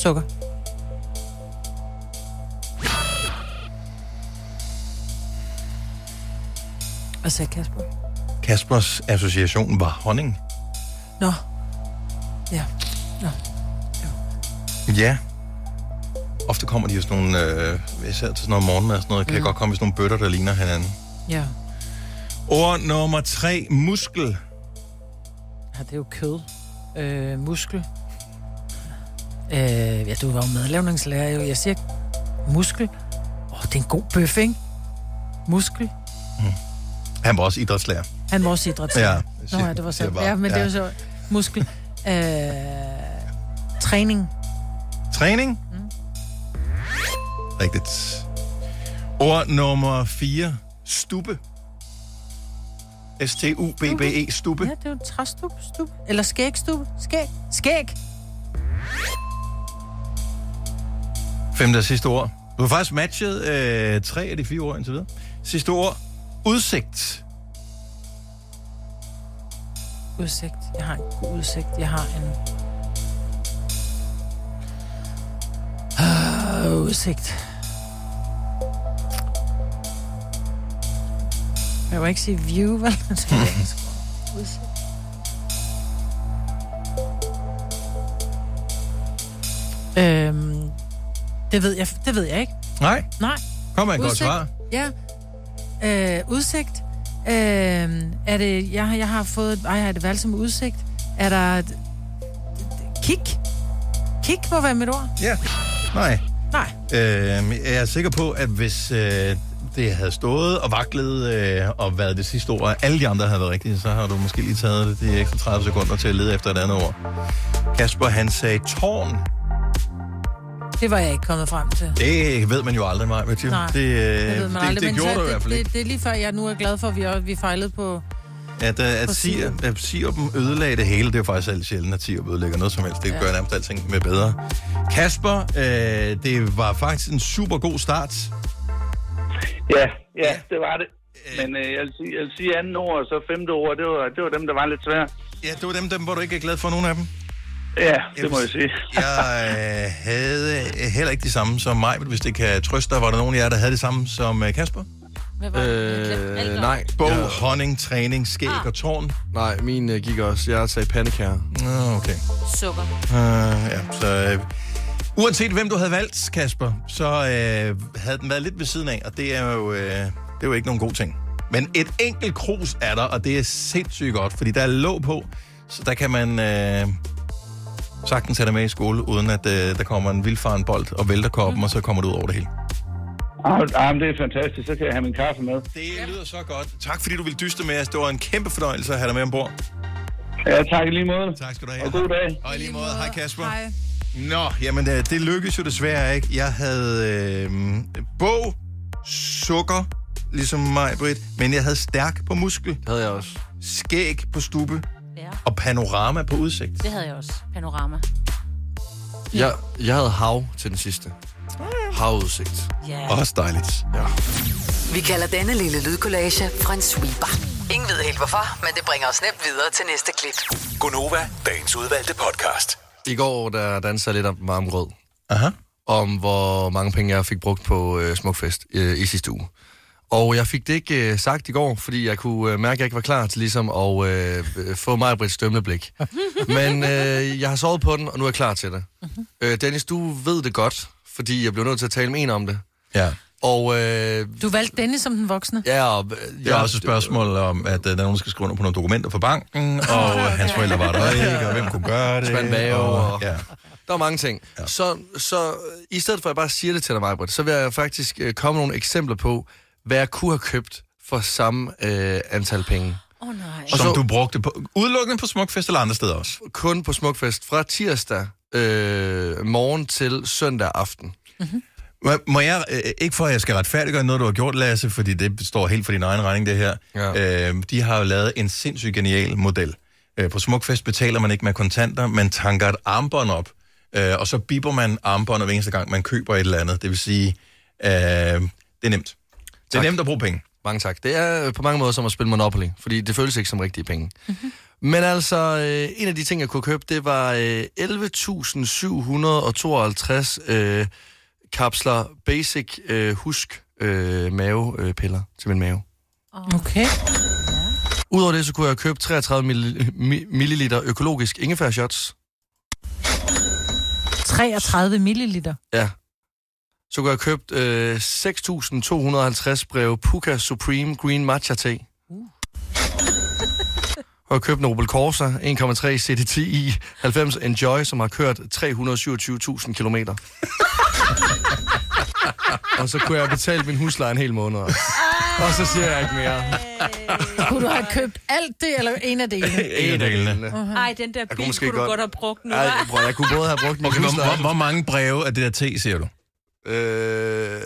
Speaker 2: Sukker. Hvad sagde Kasper?
Speaker 1: Kaspers association var honning.
Speaker 2: Nå. Ja. Nå.
Speaker 1: Ja. Ofte kommer de jo sådan nogle, øh, især til sådan noget morgenmad og sådan noget, kan
Speaker 2: Mm.
Speaker 1: godt komme i sådan nogle bøtter, der ligner hinanden.
Speaker 2: Ja.
Speaker 1: Ord nummer tre, muskel.
Speaker 2: Ja, det er jo kød. Øh, muskel. Øh, ja, du var jo madlavningslærer, jo. Jeg siger muskel. Åh, oh, det er en god bøf, ikke? Muskel.
Speaker 1: Han var også idrætslærer.
Speaker 2: Han var også idrætslærer.
Speaker 1: Ja,
Speaker 2: Nå, ja, det var
Speaker 1: det
Speaker 2: sådan.
Speaker 1: var-
Speaker 2: Ja, men det
Speaker 1: ja.
Speaker 2: er jo så muskel. Øh, træning.
Speaker 1: Træning? Mm. Rigtigt. Ord nummer 4. Stube. E, S-T-U-B-B-E. Stube.
Speaker 2: Ja, det er jo en træstub, stub. Eller skægstub. Skæg. Skæg.
Speaker 1: Femte og sidste ord. Du har faktisk matchet øh, tre af de fire ord indtil videre. Sidste ord. Udsigt.
Speaker 2: Udsigt. Jeg har en god udsigt. Jeg har en... Øh, udsigt. Jeg må ikke sige view, vel? Det er engelsk. Udsigt. Øhm, det, ved jeg, det ved jeg ikke.
Speaker 1: Nej.
Speaker 2: Nej.
Speaker 1: Kom med et godt
Speaker 2: Udsigt.
Speaker 1: svar.
Speaker 2: Ja. Øh, udsigt. Øh, er det, jeg, har- jeg har fået... Ej, jeg har et værelse med udsigt. Er der... et- Kig? Kig må være mit ord?
Speaker 1: Ja. Nej.
Speaker 2: Nej.
Speaker 1: Øh, jeg er sikker på, at hvis øh, det havde stået og vaklet øh, og været det sidste ord, og alle de andre havde været rigtige, så har du måske lige taget de ekstra 30 sekunder til at lede efter et andet ord. Kasper, han sagde tårn.
Speaker 2: Det var jeg ikke kommet frem til.
Speaker 1: Det ved man jo aldrig, Maja. Det,
Speaker 2: Nej,
Speaker 1: det, det,
Speaker 2: det ved man
Speaker 1: det,
Speaker 2: aldrig.
Speaker 1: det
Speaker 2: men
Speaker 1: gjorde
Speaker 2: så
Speaker 1: du i hvert fald ikke.
Speaker 2: Det, det, det er lige før, jeg nu er glad for, at vi, også- vi fejlede på...
Speaker 1: At, øh, at,
Speaker 2: på
Speaker 1: Sier, at Sierpen ødelagde det hele, det er jo faktisk alt sjældent, at Sierp ødelægger noget som helst. Det
Speaker 2: Ja.
Speaker 1: ja. gør nærmest alting med bedre. Kasper, øh, det var faktisk en super god start.
Speaker 17: Ja, ja, det var det. Men øh, jeg, vil sige, jeg vil sige anden ord, og så femte ord, det var, det var dem, der var lidt svære.
Speaker 1: Ja, det var dem, dem, hvor du ikke er glad for nogen af dem.
Speaker 17: Ja, det må jeg sige.
Speaker 1: jeg øh, havde heller ikke de samme som mig, hvis det kan trøste dig. Var der nogen af jer, der havde det samme som øh, Kasper?
Speaker 4: Øh, nej.
Speaker 1: Bog, ja. honning, træning, skæg ah. og tårn.
Speaker 4: Nej, min øh, gik også. Jeg sagde pandekager.
Speaker 1: Nå, okay.
Speaker 16: Sukker.
Speaker 1: Uh, ja, så, øh, uanset hvem du havde valgt, Kasper, så øh, havde den været lidt ved siden af, og det er jo, øh, det er jo ikke nogen god ting. Men et enkelt krus er der, og det er sindssygt godt, fordi der er låg på, så der kan man øh, sagtens have det med i skole, uden at øh, der kommer en vildfaren bold og vælter koppen, og så kommer det ud over det hele.
Speaker 17: Ah, ah, men det er fantastisk, så kan jeg have min kaffe med.
Speaker 1: Det lyder så godt. Tak fordi du ville dyste med os. Det var en kæmpe fornøjelse at have dig med ombord.
Speaker 17: Ja, tak i lige måde.
Speaker 1: Tak skal du have.
Speaker 17: Og god dag.
Speaker 1: Og i lige måde. Hej Kasper. Hej. Nå, jamen øh, det lykkedes jo desværre ikke. Jeg havde øh, bog, sukker, ligesom mig, Britt, men jeg havde stærk på muskel. Det
Speaker 4: havde jeg også.
Speaker 1: Skæg på stube
Speaker 3: Ja.
Speaker 1: og panorama på udsigt.
Speaker 3: Det havde jeg også. Panorama.
Speaker 4: Jeg, jeg havde hav til den sidste. Havudsigt.
Speaker 5: Ja.
Speaker 1: Også dejligt. Ja.
Speaker 5: Vi kalder denne lille lydkollage en sweeper. Ingen ved helt hvorfor, men det bringer os nemt videre til næste klip.
Speaker 6: Gonova, dagens udvalgte podcast.
Speaker 4: I går, der dansede jeg lidt om varmgrød.
Speaker 1: Aha.
Speaker 4: Om hvor mange penge jeg fik brugt på øh, Smukfest øh, i sidste uge. Og jeg fik det ikke øh, sagt i går, fordi jeg kunne øh, mærke, at jeg ikke var klar til ligesom at øh, øh, få mig et stømmeblik. Men øh, jeg har sovet på den, og nu er jeg klar til det.
Speaker 1: Mhm.
Speaker 4: Øh, Dennis, du ved det godt, fordi jeg blev nødt til at tale med en om det.
Speaker 1: Ja.
Speaker 4: Og øh,
Speaker 2: Du valgte Dennis som den voksne.
Speaker 4: Ja, og, øh,
Speaker 1: Det er også et spørgsmål om, at øh, der er nogen, der skal skrive under på nogle dokumenter for banken, og øh, hans forældre var der ikke, og hvem kunne gøre det.
Speaker 4: Svend Bage og-
Speaker 1: ja.
Speaker 4: Der er mange ting. Ja. Så, så i stedet for, at jeg bare siger det til dig, Majbrit, så vil jeg faktisk øh, komme nogle eksempler på, hvad jeg kunne have købt for samme øh, antal penge.
Speaker 3: Åh oh, nej.
Speaker 1: Som du brugte på, udelukkende på Smukfest eller andre steder også?
Speaker 4: Kun på Smukfest fra tirsdag øh, morgen til søndag aften.
Speaker 1: Må- Må jeg, øh, ikke for at jeg skal retfærdiggøre noget, du har gjort, Lasse, fordi det står helt for din egen regning, det her. Ja. Øh, de har jo lavet en sindssygt genial model. Øh, på Smukfest betaler man ikke med kontanter, man tanker et armbånd op, øh, og så biber man armbåndet hver eneste gang, man køber et eller andet. Det vil sige, øh, det er nemt. Det er nemt at bruge penge.
Speaker 4: Mange tak. Det er øh, på mange måder som at spille Monopoly, fordi det føles ikke som rigtige penge. Mm-hmm. Men altså, øh, en af de ting, jeg kunne købe, det var øh, 11.752 øh, kapsler basic øh, husk øh, mavepiller øh, piller til min mave.
Speaker 2: Okay.
Speaker 4: Udover det, så kunne jeg købe 33 ml, milliliter økologisk ingefærshots.
Speaker 2: 33 milliliter.
Speaker 4: Ja. Så kunne jeg købe øh, 6.250 breve Puka Supreme Green Matcha Te. Og købt en Opel Corsa 1,3 CDTI 90 Enjoy, som har kørt 327.000 kilometer. og så kunne jeg betale min husleje en hel måned. Og så siger jeg ikke mere.
Speaker 2: Kunne du have købt alt det, eller en af delene?
Speaker 4: En af delene.
Speaker 16: Ej, den der bil
Speaker 4: kunne
Speaker 16: kunne,
Speaker 4: måske
Speaker 16: kunne du
Speaker 4: godt-
Speaker 16: godt have brugt nu,
Speaker 4: Ej,
Speaker 16: hva'?
Speaker 4: bror, jeg kunne både have brugt min
Speaker 1: Okay, hvor,
Speaker 4: husleje-
Speaker 1: hvor, hvor mange breve af det der te, siger du?
Speaker 4: Øh,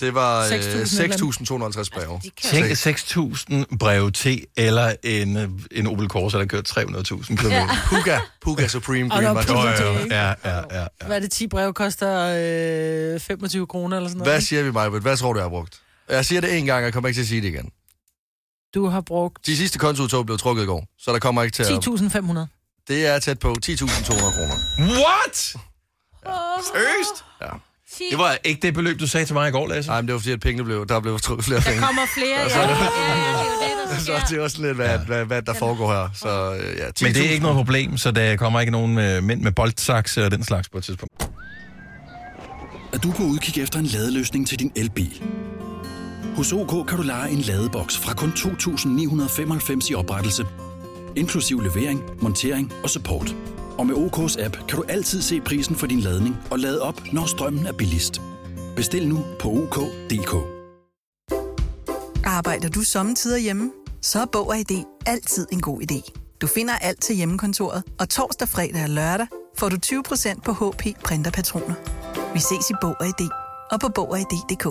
Speaker 4: det var øh,
Speaker 1: 6.000
Speaker 4: 6.250 breve.
Speaker 1: Tænk 6.000 breve te, eller en, øh, en Opel Corsa, der kørt 300.000 km.
Speaker 2: Ja.
Speaker 4: Puka, Puka Supreme
Speaker 2: Og der
Speaker 4: Green
Speaker 2: var
Speaker 4: Matcha.
Speaker 2: Puka Te,
Speaker 1: Ja,
Speaker 2: ikke?
Speaker 1: ja, ja, ja.
Speaker 2: Hvad er det, 10 brev koster øh, 25 kroner eller sådan noget?
Speaker 4: Hvad
Speaker 2: ikke?
Speaker 4: siger vi, Majbert? Hvad tror du, jeg har brugt? Jeg siger det en gang, og jeg kommer ikke til at sige det igen.
Speaker 2: Du har brugt
Speaker 4: De sidste kontoudtog blev trukket i går, så der kommer ikke til at...
Speaker 2: 10.500.
Speaker 4: Det er tæt på 10.200 kroner.
Speaker 1: What? Seriøst?
Speaker 4: Ja.
Speaker 1: Det var ikke det beløb, du sagde til mig i går, Lasse.
Speaker 4: Nej, men det var fordi, at pengene blev, der blev trukket flere
Speaker 16: Der
Speaker 4: penge.
Speaker 16: kommer flere, ja.
Speaker 4: Og
Speaker 16: ja,
Speaker 1: Altså.
Speaker 4: så
Speaker 16: ja,
Speaker 4: er
Speaker 16: det er
Speaker 4: det-
Speaker 16: jo det, der
Speaker 4: Så
Speaker 16: sker.
Speaker 4: det er også lidt, hvad, ja. hvad, hvad der foregår her. Så, øh, ja,
Speaker 1: Men det er
Speaker 4: 10.000.
Speaker 1: ikke noget problem, så der kommer ikke nogen øh, mænd med boldsakse og den slags på et tidspunkt.
Speaker 13: Er du på udkig efter en ladeløsning til din elbil? Hos OK kan du lege en ladeboks fra kun 2.995 i oprettelse, inklusiv levering, montering og support. Og med OK's app kan du altid se prisen for din ladning og lade op, når strømmen er billigst. Bestil nu på OK.dk.
Speaker 14: Arbejder du sommetider hjemme? Så er Bog og ID altid en god idé. Du finder alt til hjemmekontoret, og torsdag, fredag og lørdag får du 20% på HP printerpatroner. Vi ses i Bog og ID og på Bog og ID.dk.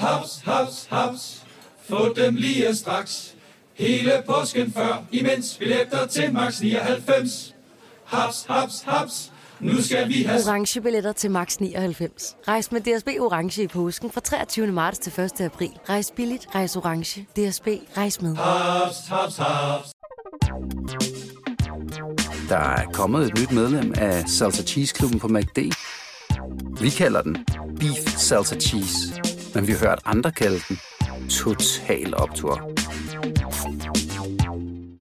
Speaker 9: Haps, haps, haps. Få dem lige straks. Hele påsken før, imens billetter til max 99. Haps, haps, haps. Nu skal vi have...
Speaker 10: Orange billetter til max 99. Rejs med DSB Orange i påsken fra 23. marts til 1. april. Rejs billigt, rejs orange. DSB, rejs med.
Speaker 9: Haps, haps, haps.
Speaker 15: Der er kommet et nyt medlem af Salsa Cheese Klubben på MACD. Vi kalder den Beef Salsa Cheese, men vi har hørt andre kalde den Total Optor.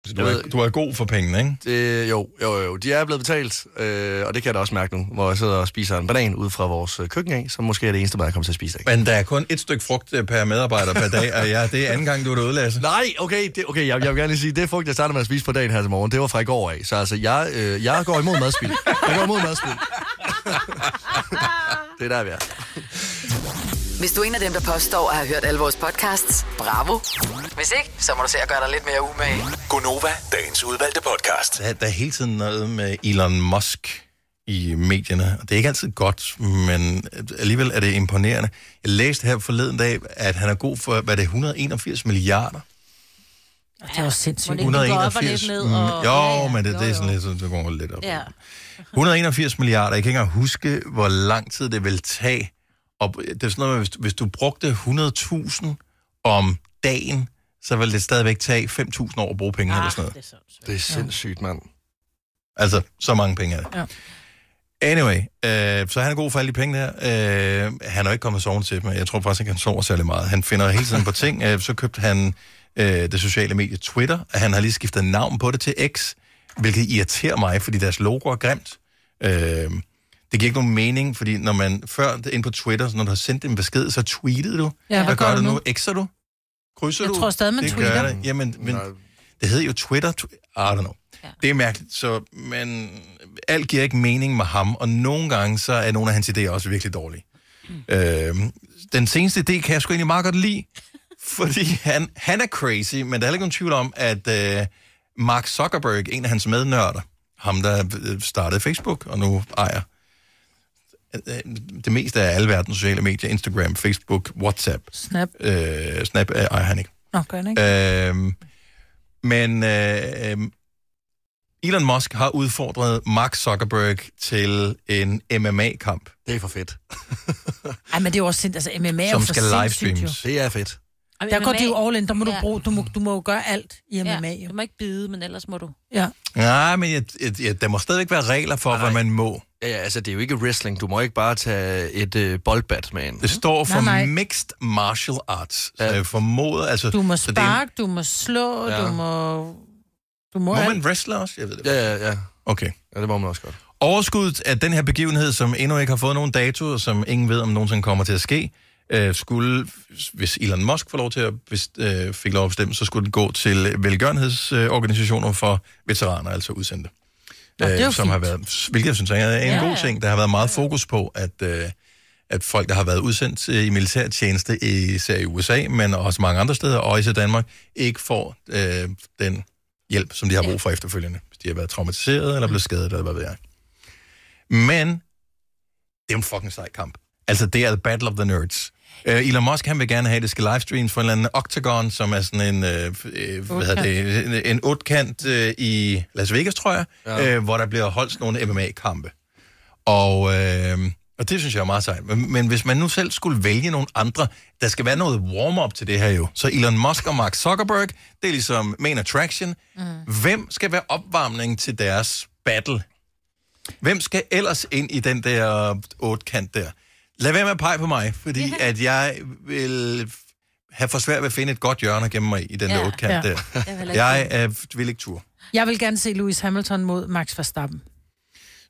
Speaker 1: Så du, er, du er god for pengene, ikke?
Speaker 4: Det, jo, jo, jo. De er blevet betalt, øh, og det kan jeg da også mærke nu, hvor jeg sidder og spiser en banan ud fra vores øh, køkken af, som måske er det eneste, jeg kommer til at spise af.
Speaker 1: Men der er kun et stykke frugt øh, per medarbejder per dag, og ja, det er anden gang, du er derude, Lasse.
Speaker 4: Nej, okay, det, okay jeg, jeg vil gerne lige sige, det frugt, jeg startede med at spise på dagen her til morgen, det var fra i går af. Så altså, jeg, øh, jeg går imod madspild. Jeg går imod madspild. det er der, vi er.
Speaker 5: Hvis du er en af dem, der påstår at have hørt alle vores podcasts, bravo. Hvis ikke, så må du se at gøre dig lidt mere umage.
Speaker 6: Gonova, dagens udvalgte podcast.
Speaker 1: Der, der er hele tiden noget med Elon Musk i medierne, og det er ikke altid godt, men øh, alligevel er det imponerende. Jeg læste her forleden dag, at han er god for, hvad er det 181 milliarder?
Speaker 2: Det er jo sindssygt.
Speaker 1: 181. mm, jo, ja, ja, men det, det er sådan lidt, så det går lidt op. 181 milliarder. Jeg kan ikke engang huske, hvor lang tid det vil tage. Og det er sådan noget, med, hvis, hvis du brugte 100.000 om dagen, så vil det stadigvæk tage 5.000 år at bruge penge eller sådan noget. Det
Speaker 4: er, Ah, det er sindssygt, mand.
Speaker 1: Altså, så mange penge er det.
Speaker 2: Ja.
Speaker 1: Anyway, øh, så han er god for alle de penge der. Øh, han er jo ikke kommet sovende til dem, og jeg tror faktisk ikke, han sover særlig meget. Han finder hele tiden på ting. Øh, så købte han øh, det sociale medie Twitter. Han har lige skiftet navn på det til X, hvilket irriterer mig, fordi deres logo er grimt. Øh, det giver ikke nogen mening, fordi når man før ind på Twitter, så når du har sendt en besked, så tweetede du.
Speaker 2: Ja, hvad
Speaker 1: gør,
Speaker 2: gør
Speaker 1: du
Speaker 2: du
Speaker 1: nu? X'er du? Krydser
Speaker 2: Jeg
Speaker 1: du?
Speaker 2: tror stadig, man
Speaker 1: det
Speaker 2: tweeter.
Speaker 1: Gør det. Jamen, men, det hedder jo Twitter. Tw- I don't know. Ja. Det er mærkeligt, så, men alt giver ikke mening med ham, og nogle gange så er nogle af hans idéer også virkelig dårlige. Mm. Øhm, den seneste idé kan jeg sgu egentlig meget godt lide, fordi han, han er crazy, men der er heller ikke nogen tvivl om, at øh, Mark Zuckerberg, en af hans mednørder, ham der øh, startede Facebook og nu ejer øh, det meste af alle verdens sociale medier, Instagram, Facebook, WhatsApp,
Speaker 2: Snap.
Speaker 1: øh, Snap øh, ejer han ikke.
Speaker 2: Nå, gør den ikke?
Speaker 1: Øhm, men øh, øhm, Elon Musk har udfordret Mark Zuckerberg til en MMA-kamp.
Speaker 4: Det er for fedt.
Speaker 2: Ej, men det er jo også sindssygt. Altså, MMA er jo
Speaker 1: Som
Speaker 2: for
Speaker 1: skal
Speaker 2: sindssygt,
Speaker 1: livestreames.
Speaker 2: jo.
Speaker 4: Det er fedt.
Speaker 16: Ej,
Speaker 2: Der går
Speaker 16: MMA.
Speaker 2: det jo all in. Der må du
Speaker 16: Ja.
Speaker 2: bruge, du må, du må jo gøre alt i MMA, jo.
Speaker 16: Du må ikke bide, men ellers må du.
Speaker 2: Ja.
Speaker 1: Nej, men jeg, jeg, jeg, der må stadigvæk være regler for, Nej. hvad man må.
Speaker 4: Ja, ja, altså, det er jo ikke wrestling. Du må ikke bare tage et øh, boldbat med en.
Speaker 1: Det står for nej, nej. Mixed Martial Arts. Ja. Øh, formodet, altså...
Speaker 2: Du må
Speaker 1: så det er en-
Speaker 2: sparke, du må slå,
Speaker 1: Ja.
Speaker 2: ja. du må... Du må,
Speaker 1: Må
Speaker 2: alt.
Speaker 1: man wrestler også? Jeg ved det.
Speaker 4: Ja, ja, ja.
Speaker 1: Okay.
Speaker 4: Ja, det må man også godt.
Speaker 1: Overskuddet af den her begivenhed, som endnu ikke har fået nogen dato, og som ingen ved, om nogensinde kommer til at ske, øh, skulle, hvis Elon Musk får lov til at, hvis, øh, fik lov at bestemme, så skulle det gå til velgørenhedsorganisationer for veteraner, altså udsendte.
Speaker 2: Nå,
Speaker 1: øh,
Speaker 2: det er jo
Speaker 1: som
Speaker 2: fint.
Speaker 1: har været, hvilket jeg synes er en ja,
Speaker 2: Ja,
Speaker 1: god
Speaker 2: ja.
Speaker 1: ting. Der har været meget fokus på, at, øh, at folk, der har været udsendt øh, i militærtjeneste, især i USA, men også mange andre steder, og især Danmark, ikke får øh, den hjælp, som de har brug for efterfølgende, hvis de har været traumatiseret eller blevet skadet, eller hvad ved jeg. Men det er en fucking sej kamp. Altså, det er The Battle of the Nerds. Uh, Elon Musk, han vil gerne have, at det skal livestreams for en eller anden octagon, som er sådan en, øh, øh, hvad hedder det, en, en otkant øh, i Las Vegas, tror jeg, ja. øh, hvor der bliver holdt sådan nogle MMA-kampe. Og, øh, og det synes jeg er meget sejt. Men, men hvis man nu selv skulle vælge nogle andre, der skal være noget warm-up til det her jo. Så Elon Musk og Mark Zuckerberg, det er ligesom main attraction. Mm. Hvem skal være opvarmning til deres battle? Hvem skal ellers ind i den der otkant der? Lad være med at pege på mig, fordi yeah. at jeg vil have for svært ved at finde et godt hjørne gennem mig i den
Speaker 2: Ja.
Speaker 1: der otkant
Speaker 2: Ja.
Speaker 1: der.
Speaker 2: Jeg vil ikke-
Speaker 1: Jeg er, vil ikke tur.
Speaker 2: Jeg vil gerne se Lewis Hamilton mod Max Verstappen.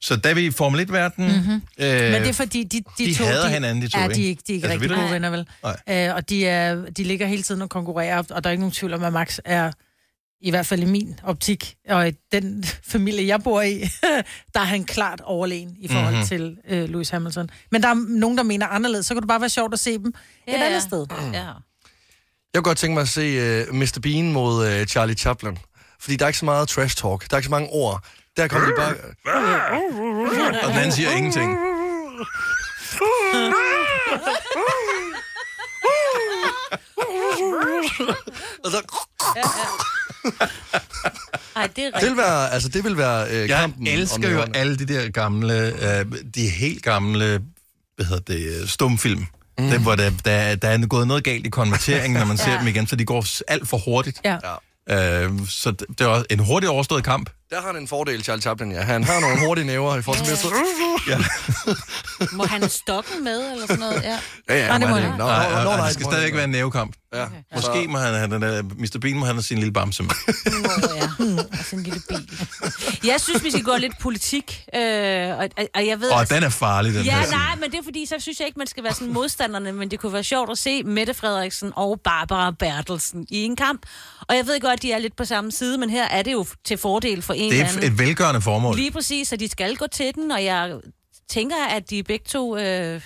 Speaker 1: Så der er vi i Formel 1-verdenen.
Speaker 2: Mhm.
Speaker 1: Øh,
Speaker 2: Men det er fordi, de, de,
Speaker 1: de
Speaker 2: to...
Speaker 1: hader hinanden, de to,
Speaker 2: Ja,
Speaker 1: ikke?
Speaker 2: de er ikke, de er ikke
Speaker 1: Altså,
Speaker 2: altså, rigtig
Speaker 1: ved du-
Speaker 2: gode venner, vel? Øh, og de, er, de ligger hele tiden og konkurrerer, og der er ikke nogen tvivl om, at Max er, i hvert fald i min optik, og i den familie, jeg bor i, der er han klart overlegen i forhold
Speaker 16: Mhm.
Speaker 2: mm-hmm. til øh, Lewis Hamilton. Men der er nogen, der mener anderledes, så kunne det bare være sjovt at se dem et andet sted.
Speaker 16: Ja.
Speaker 4: Jeg kunne godt tænke mig at se uh, Mr. Bean mod uh, Charlie Chaplin. Fordi der er ikke så meget trash talk. Der er ikke så mange ord. Der kommer de bare...
Speaker 1: Og den anden siger ingenting.
Speaker 4: Og så...
Speaker 16: Ja, ja. Ej, det er rigtigt.
Speaker 4: Det vil være, altså, det vil være øh,
Speaker 1: Jeg
Speaker 4: kampen
Speaker 1: elsker jo alle de der gamle, øh, de helt gamle, hvad hedder det, øh, stumfilm. Mm. Det, hvor der, der, der er gået noget galt i konverteringen, når man ser
Speaker 2: Ja.
Speaker 1: dem igen, så de går s- alt for hurtigt.
Speaker 2: Ja.
Speaker 1: Øh, så det, det er også en hurtigt overstået kamp.
Speaker 4: Der har han en fordel, Charlie Chaplin, ja. Han har nogle hurtige næver i forhold til... Ja.
Speaker 16: Må han have stokken med, eller sådan noget? Ja.
Speaker 4: Ja, ja,
Speaker 16: Nej, det må
Speaker 4: han-
Speaker 16: han
Speaker 4: Nå,
Speaker 1: Nej,
Speaker 4: nå,
Speaker 1: nej,
Speaker 4: nå,
Speaker 1: nej,
Speaker 4: nej,
Speaker 1: det skal
Speaker 4: må
Speaker 1: stadig
Speaker 4: han
Speaker 1: ikke
Speaker 4: ikke.
Speaker 1: være en nævekamp.
Speaker 4: Ja.
Speaker 1: Måske må han have den der, Mr. Bean må han have sin lille bamse med.
Speaker 16: Og sådan en lille bil. Jeg synes, vi skal gå lidt politik. Øh, og, og, og jeg ved...
Speaker 1: Åh, den er farlig, den
Speaker 16: ja,
Speaker 1: her.
Speaker 16: nej, men det er fordi, så synes jeg ikke, man skal være sådan modstanderne, men det kunne være sjovt at se Mette Frederiksen og Barbara Bertelsen i en kamp. Og jeg ved godt, de er lidt på samme side, men her er det jo til fordel for en
Speaker 1: Det
Speaker 16: eller
Speaker 1: er
Speaker 16: anden.
Speaker 1: et, et velgørende formål.
Speaker 16: Lige præcis, så de skal gå til den, og jeg tænker, at de begge to øh,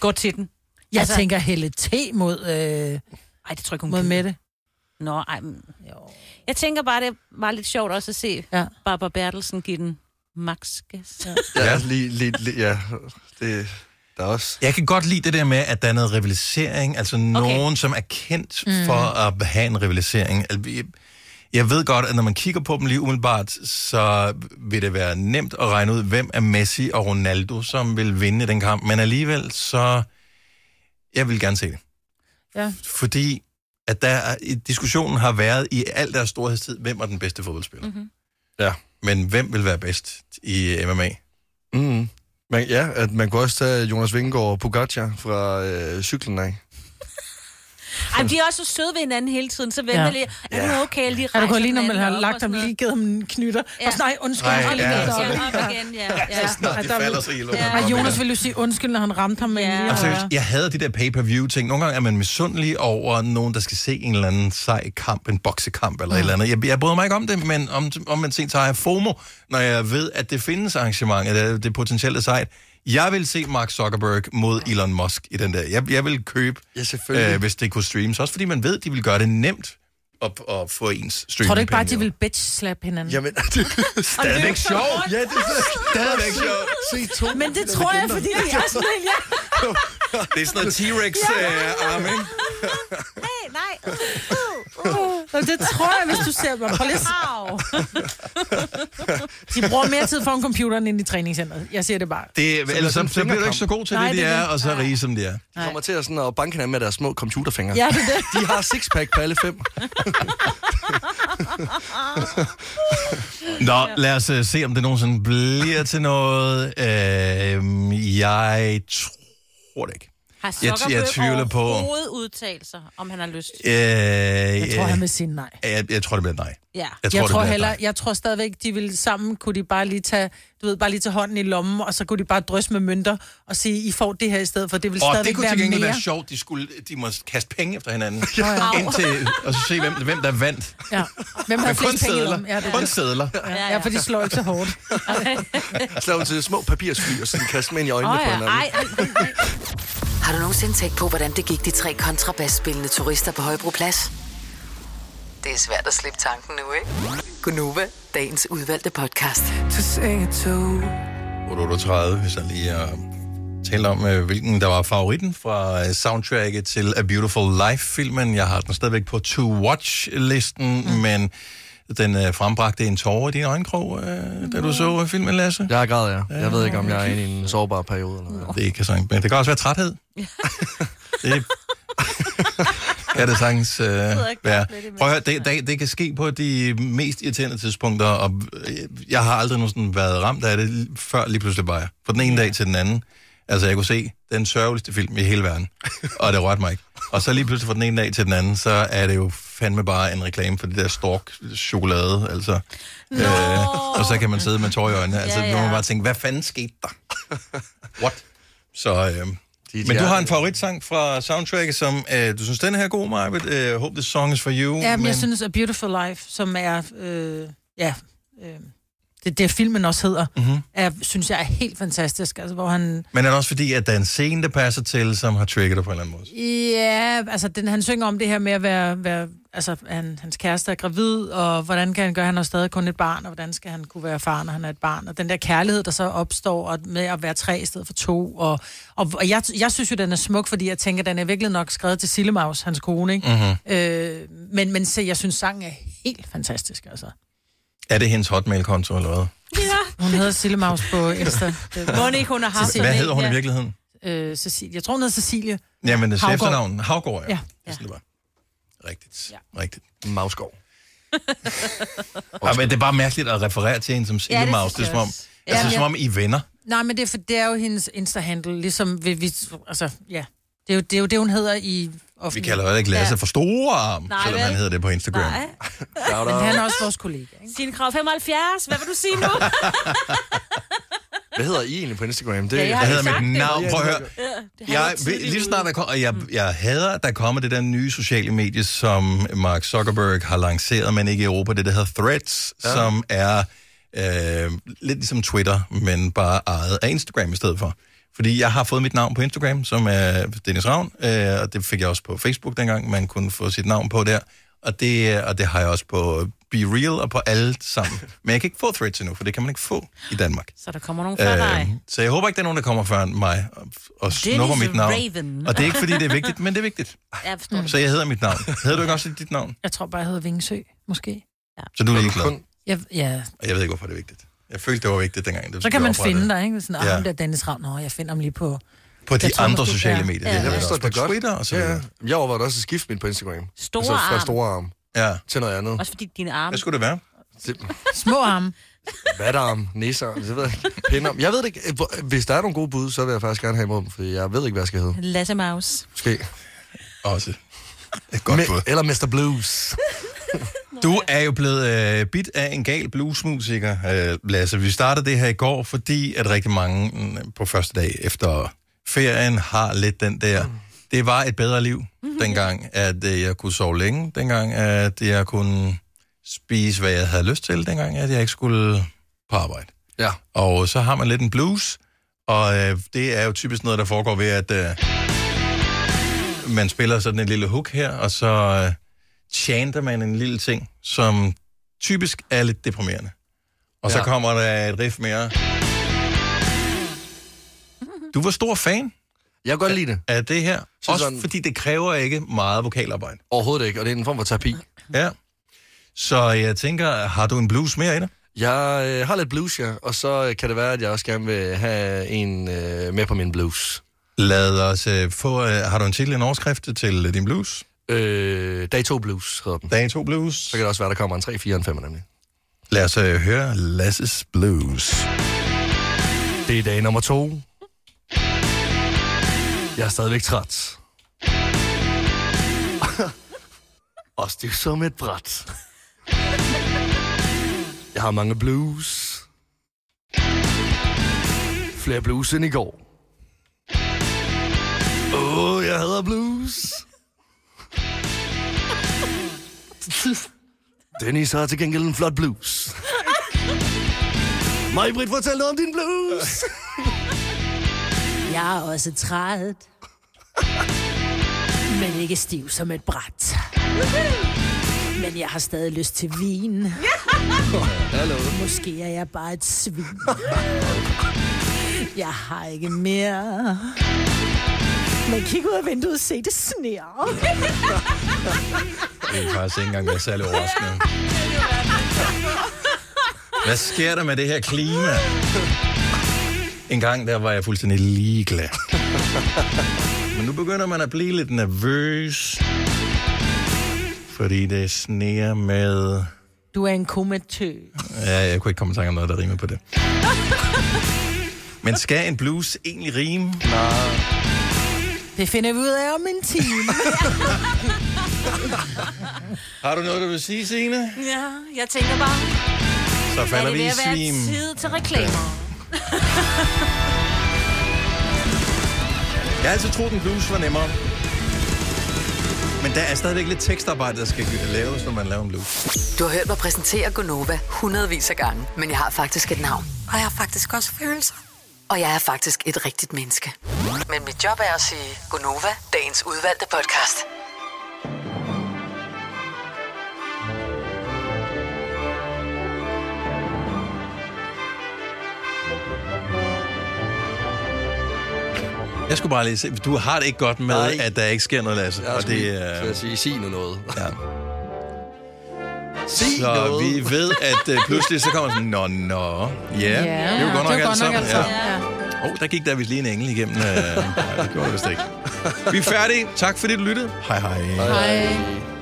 Speaker 16: går til den.
Speaker 2: Jeg altså, tænker Helle T. mod, øh, ej,
Speaker 16: det tror jeg, hun
Speaker 2: mod
Speaker 16: gider.
Speaker 2: Mette.
Speaker 16: Nå, ej, mm. men... Jeg tænker bare, det var lidt sjovt også at se ja. Barbara Bertelsen give den max gas. Ja.
Speaker 4: Ja, lige, lige, lige, ja. Det, der er også...
Speaker 1: Jeg kan godt lide det der med, at der er noget rivalisering. Altså okay. nogen, som er kendt
Speaker 4: Mm.
Speaker 1: for at have en rivalisering. Al- Jeg Altså, Jeg ved godt, at når man kigger på dem lige umiddelbart, så vil det være nemt at regne ud, hvem er Messi og Ronaldo, som vil vinde den kamp. Men alligevel, så... Jeg vil gerne se det.
Speaker 2: Ja.
Speaker 1: Fordi at der, er- diskussionen har været i al deres storhedstid, hvem er den bedste fodboldspiller.
Speaker 16: Mhm.
Speaker 2: Mm-hmm.
Speaker 1: Ja. Men hvem vil være bedst i MMA?
Speaker 4: Mm. Man, ja, at man kunne også tage Jonas Vingegaard og Pogacar fra øh, cyklen af.
Speaker 16: Ej, men de er også så søde ved hinanden hele tiden, så venter
Speaker 4: Ja.
Speaker 16: ja. lige. Er du okay, jeg lige
Speaker 2: Er du
Speaker 16: rejser
Speaker 2: gået lige, når man
Speaker 16: hinanden
Speaker 2: har
Speaker 16: op og
Speaker 2: lagt ham
Speaker 16: sådan
Speaker 2: lige, givet ham en knytter? Ja. Og sådan, nej, undskyld,
Speaker 1: Nej,
Speaker 2: jeg har lige
Speaker 1: ja,
Speaker 2: givet
Speaker 1: så-
Speaker 2: dig op."
Speaker 16: noget. Op igen, ja. ja.
Speaker 1: Så snart de
Speaker 2: der
Speaker 1: falder,
Speaker 2: vil-
Speaker 1: så ilder man
Speaker 2: ja.
Speaker 1: ham
Speaker 2: Og
Speaker 1: op
Speaker 2: Jonas
Speaker 1: igen.
Speaker 2: ville jo sige undskyld, når han ramte ham med ja.
Speaker 1: Og seriøst, Altså, jeg havde de der pay-per-view ting. Nogle gange er man misundelig over nogen, der skal se en eller anden sej kamp, en boksekamp eller mm. et eller andet. Jeg, jeg bryder mig ikke om det, men om, om man sent så har jeg FOMO, når jeg ved, at det findes arrangement, eller det, det potentielle sejt. Jeg vil se Mark Zuckerberg mod Elon Musk i den der. Jeg, jeg vil købe,
Speaker 4: ja, selvfølgelig.
Speaker 1: Øh, hvis det kunne streames. Også fordi man ved, de vil gøre det nemt at, at få ens streaming.
Speaker 2: Tror du ikke bare, de vil bitch-slap hinanden?
Speaker 4: Jamen, det er
Speaker 1: stadigvæk sjovt.
Speaker 4: Ja, det er
Speaker 1: stadigvæk sjovt.
Speaker 4: Se to
Speaker 2: Men det tror jeg, fordi det er også ja.
Speaker 1: Det er sådan noget T-Rex-arm, ikke?
Speaker 16: Hey, nej.
Speaker 2: Og det tror jeg, hvis du ser mig. Prøv lige. at- De bruger mere tid foran computeren end i træningscenteret. Jeg siger det bare.
Speaker 1: Det,
Speaker 4: Så
Speaker 1: ellers så,
Speaker 4: lad dem
Speaker 1: så bliver du ikke
Speaker 4: fingerkamp.
Speaker 1: så god til
Speaker 2: Nej,
Speaker 1: Nej, det, de
Speaker 2: det er
Speaker 1: er,
Speaker 2: det.
Speaker 1: og så rige, som de er.
Speaker 4: De kommer til at, sådan, at banke hinanden med deres små computerfingre.
Speaker 2: Ja, det er
Speaker 4: det. De har sixpack på alle fem.
Speaker 1: Nå, lad os uh, se, om det nogensinde bliver til noget. Uh, jeg tror det ikke.
Speaker 16: Har
Speaker 1: Jeg,
Speaker 16: Zuckerberg
Speaker 1: jeg tvivler på...
Speaker 16: overhovedet udtalt sig, om han har lyst?
Speaker 1: Øh, jeg,
Speaker 2: tror, han vil sige nej.
Speaker 1: Jeg, jeg tror, det bliver nej.
Speaker 16: Ja.
Speaker 1: Jeg tror,
Speaker 2: jeg
Speaker 1: det
Speaker 2: tror
Speaker 1: bliver
Speaker 2: heller,
Speaker 1: dig.
Speaker 2: jeg tror stadigvæk, de ville sammen, kunne de bare lige tage, du ved, bare lige tage hånden i lommen, og så kunne de bare drysse med mønter og sige, I får det her i stedet for. Det vil
Speaker 1: Og
Speaker 2: stadigvæk
Speaker 1: det kunne til
Speaker 2: være
Speaker 1: gengæld
Speaker 2: mere.
Speaker 1: være sjovt. De, skulle, de må kaste penge efter hinanden.
Speaker 2: ja.
Speaker 1: indtil, og så se, hvem, hvem der vandt.
Speaker 2: Ja. Hvem har
Speaker 1: Men kun
Speaker 2: flest penge i
Speaker 1: sedler.
Speaker 2: lommen? Ja, det er
Speaker 1: Kun
Speaker 2: det.
Speaker 1: sedler.
Speaker 2: Ja, ja, for de slår ikke så hårdt.
Speaker 4: Slå dem til små papirsky, og sådan kaste dem ind i øjnene
Speaker 5: Åh,
Speaker 4: oh, ja. på
Speaker 5: ja.
Speaker 4: hinanden.
Speaker 5: Ej, Har du nogensinde tænkt på, hvordan det gik de tre kontrabasspillende turister på Højbroplads? Det er svært at slippe tanken nu, ikke? Gunova, dagens udvalgte podcast.
Speaker 1: 38, hvis jeg lige har talt om, øh, hvilken der var favoritten fra øh, soundtracket til A Beautiful Life-filmen. Jeg har den stadigvæk på to-watch-listen, mm. men den øh, frembragte en tårer i din øjenkrog, øh, da du så øh, filmen, Lasse.
Speaker 4: Jeg græd, ja. Jeg ved ikke, om jeg er inde i en sårbar periode. Eller hvad.
Speaker 1: Det kan sagtens, men det kan også være træthed. det kan det sagtens øh, være. Prøv at høre, det, det, det kan ske på de mest irriterende tidspunkter, og øh, jeg har aldrig nogensinde været ramt af det, l- før lige pludselig bare jeg. Fra den ene dag til den anden. Altså, jeg kunne se den sørgeligste film i hele verden, og det rørte mig ikke. Og så lige pludselig fra den ene dag til den anden, så er det jo fandme bare en reklame for det der stork-chokolade, altså. Øh, og så kan man sidde med tårer i øjnene. Altså,
Speaker 4: Ja,
Speaker 1: ja,
Speaker 4: ja.
Speaker 1: ja. man bare tænke, hvad fanden skete der? What? Så, øh, men du har en favoritsang fra soundtracket, som øh, du synes, den her er god, Marvitt. Øh, Hope this song is for you.
Speaker 2: Ja, men jeg synes, A Beautiful Life, som er, øh, ja, øh, det, det filmen også hedder,
Speaker 1: Mhm.
Speaker 2: er, synes jeg er helt fantastisk. Altså, hvor han,
Speaker 1: men er det også fordi, at der er en scene, der passer til, som har trigget dig på en eller anden måde?
Speaker 2: Ja, altså den, han synger om det her med at være, være altså han, hans kæreste er gravid, og hvordan kan han gøre, han har stadig kun et barn, og hvordan skal han kunne være far, når han er et barn, og den der kærlighed, der så opstår og med at være tre i stedet for to, og, og, og jeg, jeg synes jo, den er smuk, fordi jeg tænker, den er virkelig nok skrevet til Sillemaus, hans kone, ikke?
Speaker 1: Mhm.
Speaker 2: Øh, men, men se, jeg synes, sangen er helt fantastisk, altså.
Speaker 1: Er det hendes hotmail-konto eller hvad?
Speaker 2: Ja. Hun hedder Sillemaus på Insta.
Speaker 16: Må ikke, hun har haft
Speaker 1: Hvad hedder hun i virkeligheden?
Speaker 2: Øh, Cecilie. Jeg tror, hun hedder Cecilie.
Speaker 1: Jamen, det er
Speaker 2: Haugaard.
Speaker 1: efternavn. Havgård, ja.
Speaker 2: Ja.
Speaker 1: Det er sådan, det var. Rigtigt.
Speaker 16: Ja.
Speaker 1: Rigtigt. Mavskov. ja, men det er bare mærkeligt at referere til hende som
Speaker 2: Ja, det
Speaker 1: Sille Maus.
Speaker 2: synes
Speaker 1: Det
Speaker 2: jeg
Speaker 1: er som om,
Speaker 2: også. Ja,
Speaker 1: altså,
Speaker 2: men
Speaker 1: som
Speaker 2: jeg-
Speaker 1: om I er venner.
Speaker 2: Nej, men det er, for, det er jo hendes Insta-handle, ligesom vi, vi, altså, ja. Det er, jo, det er jo det, hun hedder i
Speaker 1: Vi
Speaker 2: offentlig.
Speaker 1: kalder jo heller ikke Lasse for store arm,
Speaker 16: Nej,
Speaker 1: selvom
Speaker 16: vel?
Speaker 1: han hedder det på Instagram.
Speaker 16: Nej.
Speaker 2: Men han er også vores kollega.
Speaker 16: Sine krav 75, hvad vil du sige nu?
Speaker 4: Hvad hedder I egentlig på Instagram? Det,
Speaker 16: Ja, jeg har
Speaker 1: Hvad hedder mit navn? Prøv at høre.
Speaker 16: Det har
Speaker 1: Jeg,
Speaker 16: jeg
Speaker 1: ved- lige Mm. så snart der kom, og jeg, jeg hader, at der kommer det der nye sociale medie, som Mark Zuckerberg har lanceret, men ikke i Europa, det der hedder Threads, ja. som er øh, lidt ligesom Twitter, men bare ejet af Instagram i stedet for. Fordi jeg har fået mit navn på Instagram, som er Dennis Ravn, øh, og det fik jeg også på Facebook dengang, man kunne få sit navn på der. Og det, øh, og det har jeg også på Be Real og på alle sammen. Men jeg kan ikke få Threads endnu, for det kan man ikke få i Danmark.
Speaker 16: Så der kommer nogen før dig.
Speaker 1: Øh, så jeg håber ikke, der er nogen, der kommer før mig og, og snupper mit navn.
Speaker 2: ligesom Raven. Mm.
Speaker 1: Og det er ikke, fordi det er vigtigt, men det er vigtigt.
Speaker 16: Jeg forstår
Speaker 1: Så jeg hedder mit navn. Hedder du ikke også dit navn?
Speaker 2: Jeg tror bare, jeg hedder Vingsø, måske.
Speaker 1: Så du er ligeglad.
Speaker 2: Jeg, ja,
Speaker 1: Og jeg ved ikke, hvorfor det er vigtigt. Jeg følte, det var vigtigt dengang. Det
Speaker 2: så kan man finde
Speaker 1: det.
Speaker 2: dig, ikke? Sådan, ah,
Speaker 1: Ja.
Speaker 2: ja. der Dennis Ravn, nå, jeg finder ham lige på...
Speaker 1: På de
Speaker 2: Jeg tror
Speaker 1: andre
Speaker 2: måske-
Speaker 1: sociale
Speaker 2: ja.
Speaker 1: medier.
Speaker 2: Ja.
Speaker 1: Det
Speaker 4: Jeg
Speaker 1: er
Speaker 4: forstår
Speaker 1: også på
Speaker 4: det godt.
Speaker 1: Twitter og så
Speaker 4: Ja, ja.
Speaker 1: videre.
Speaker 4: Jeg overvejede også at skifte min på Instagram.
Speaker 16: Store
Speaker 4: altså fra
Speaker 16: arm.
Speaker 4: store arm
Speaker 1: ja.
Speaker 4: til noget andet.
Speaker 16: Også fordi dine arme...
Speaker 1: Hvad skulle det være?
Speaker 2: Små arme.
Speaker 4: Vatarm, nissearm, det ved altså, jeg ikke. Pindarm. Jeg ved det ikke. Hvor- Hvis der er nogle gode bud, så vil jeg faktisk gerne have imod dem, fordi jeg ved ikke, hvad jeg skal hedde.
Speaker 16: Lasse Maus.
Speaker 4: Måske.
Speaker 1: Også. Et godt bud.
Speaker 4: Eller Mr. Blues.
Speaker 1: Du er jo blevet øh, bit af en gal bluesmusiker, øh, Lasse. Vi startede det her i går, fordi at rigtig mange mm, på første dag efter ferien har lidt den der...
Speaker 4: Mm.
Speaker 1: Det var et bedre liv dengang, at øh, jeg kunne sove længe. Dengang, at jeg kunne spise, hvad jeg havde lyst til. Dengang, at jeg ikke skulle på arbejde.
Speaker 4: Ja.
Speaker 1: Og så har man lidt en blues, og øh, det er jo typisk noget, der foregår ved, at øh, man spiller sådan en lille hook her, og så øh, chanter man en lille ting, som typisk er lidt deprimerende. Og ja. så
Speaker 4: Ja.
Speaker 1: kommer der et riff mere. Du var stor fan.
Speaker 4: Jeg kan godt lide det.
Speaker 1: Af det her. Også fordi det kræver ikke meget vokalarbejde.
Speaker 4: Overhovedet ikke, og det er en form for terapi.
Speaker 1: Ja. Så jeg tænker, har du en blues mere i dig?
Speaker 4: Jeg øh, har lidt blues, ja, og så øh, kan det være, at jeg også gerne vil have en øh, med på min blues.
Speaker 1: Lad os øh, få... Øh, har du en titel, en overskrift til øh, din blues?
Speaker 4: Øh, dag 2 blues hedder den.
Speaker 1: Dag 2 blues. Så
Speaker 4: kan det også være, der kommer en 3, 4 og en 5 nemlig.
Speaker 1: Lad os øh, høre Lasses Blues.
Speaker 4: Det er dag nummer 2. Jeg er stadigvæk træt. og stiv som et bræt. Jeg har mange blues. Flere blues end i går. Åh, oh, jeg hader blues. Dennis har til gengæld en flot blues. Maj-Brit, fortæl noget om din blues.
Speaker 18: Jeg er også træet. Men ikke stiv som et bræt. Men jeg har stadig lyst til vin.
Speaker 4: Hallo.
Speaker 18: Måske er jeg bare et svin. Jeg har ikke mere. Men kig ud af vinduet, se det sneer.
Speaker 1: Det er faktisk ikke engang været særlig overraskende. Hvad sker der med det her klima? En gang der var jeg fuldstændig ligeglad. Men nu begynder man at blive lidt nervøs. Fordi det sneer med...
Speaker 2: Du er en komatø.
Speaker 1: Ja, jeg kunne ikke komme i tanke om noget, der rimer på det. Men skal en blues egentlig rime? Nej.
Speaker 2: Det finder vi ud af om en time.
Speaker 1: Har du noget, du vil sige, Signe?
Speaker 16: Ja, jeg tænker bare...
Speaker 1: Så falder
Speaker 16: er det
Speaker 1: vi
Speaker 16: ved
Speaker 1: i
Speaker 16: at være
Speaker 1: svim.
Speaker 16: tid til reklamer?
Speaker 1: Jeg har altid troet, den blues var nemmere. Men der er stadigvæk lidt tekstarbejde, der skal laves, når man laver en blues.
Speaker 5: Du har hørt mig præsentere Gonova hundredvis af gange, men jeg har faktisk et navn.
Speaker 11: Og jeg har faktisk også følelser.
Speaker 5: Og jeg er faktisk et rigtigt menneske. Men mit job er at sige Gonova, dagens udvalgte podcast.
Speaker 1: Jeg skulle bare lige se, du har det ikke godt med,
Speaker 4: Nej.
Speaker 1: at der ikke sker noget, Lasse.
Speaker 4: Jeg er sgu lige
Speaker 1: er...
Speaker 4: til at sige, sig nu noget.
Speaker 1: Ja.
Speaker 4: Sig
Speaker 1: så
Speaker 4: noget.
Speaker 1: vi ved, at uh, pludselig så kommer sådan, nå, nå, ja, yeah. det var godt nok alt sammen. Ja. Åh, oh, der gik der vist lige en engel igennem. Uh, nej, det gjorde det vist ikke. Vi er færdige. Tak fordi du lyttede. Hej hej.
Speaker 4: Hej.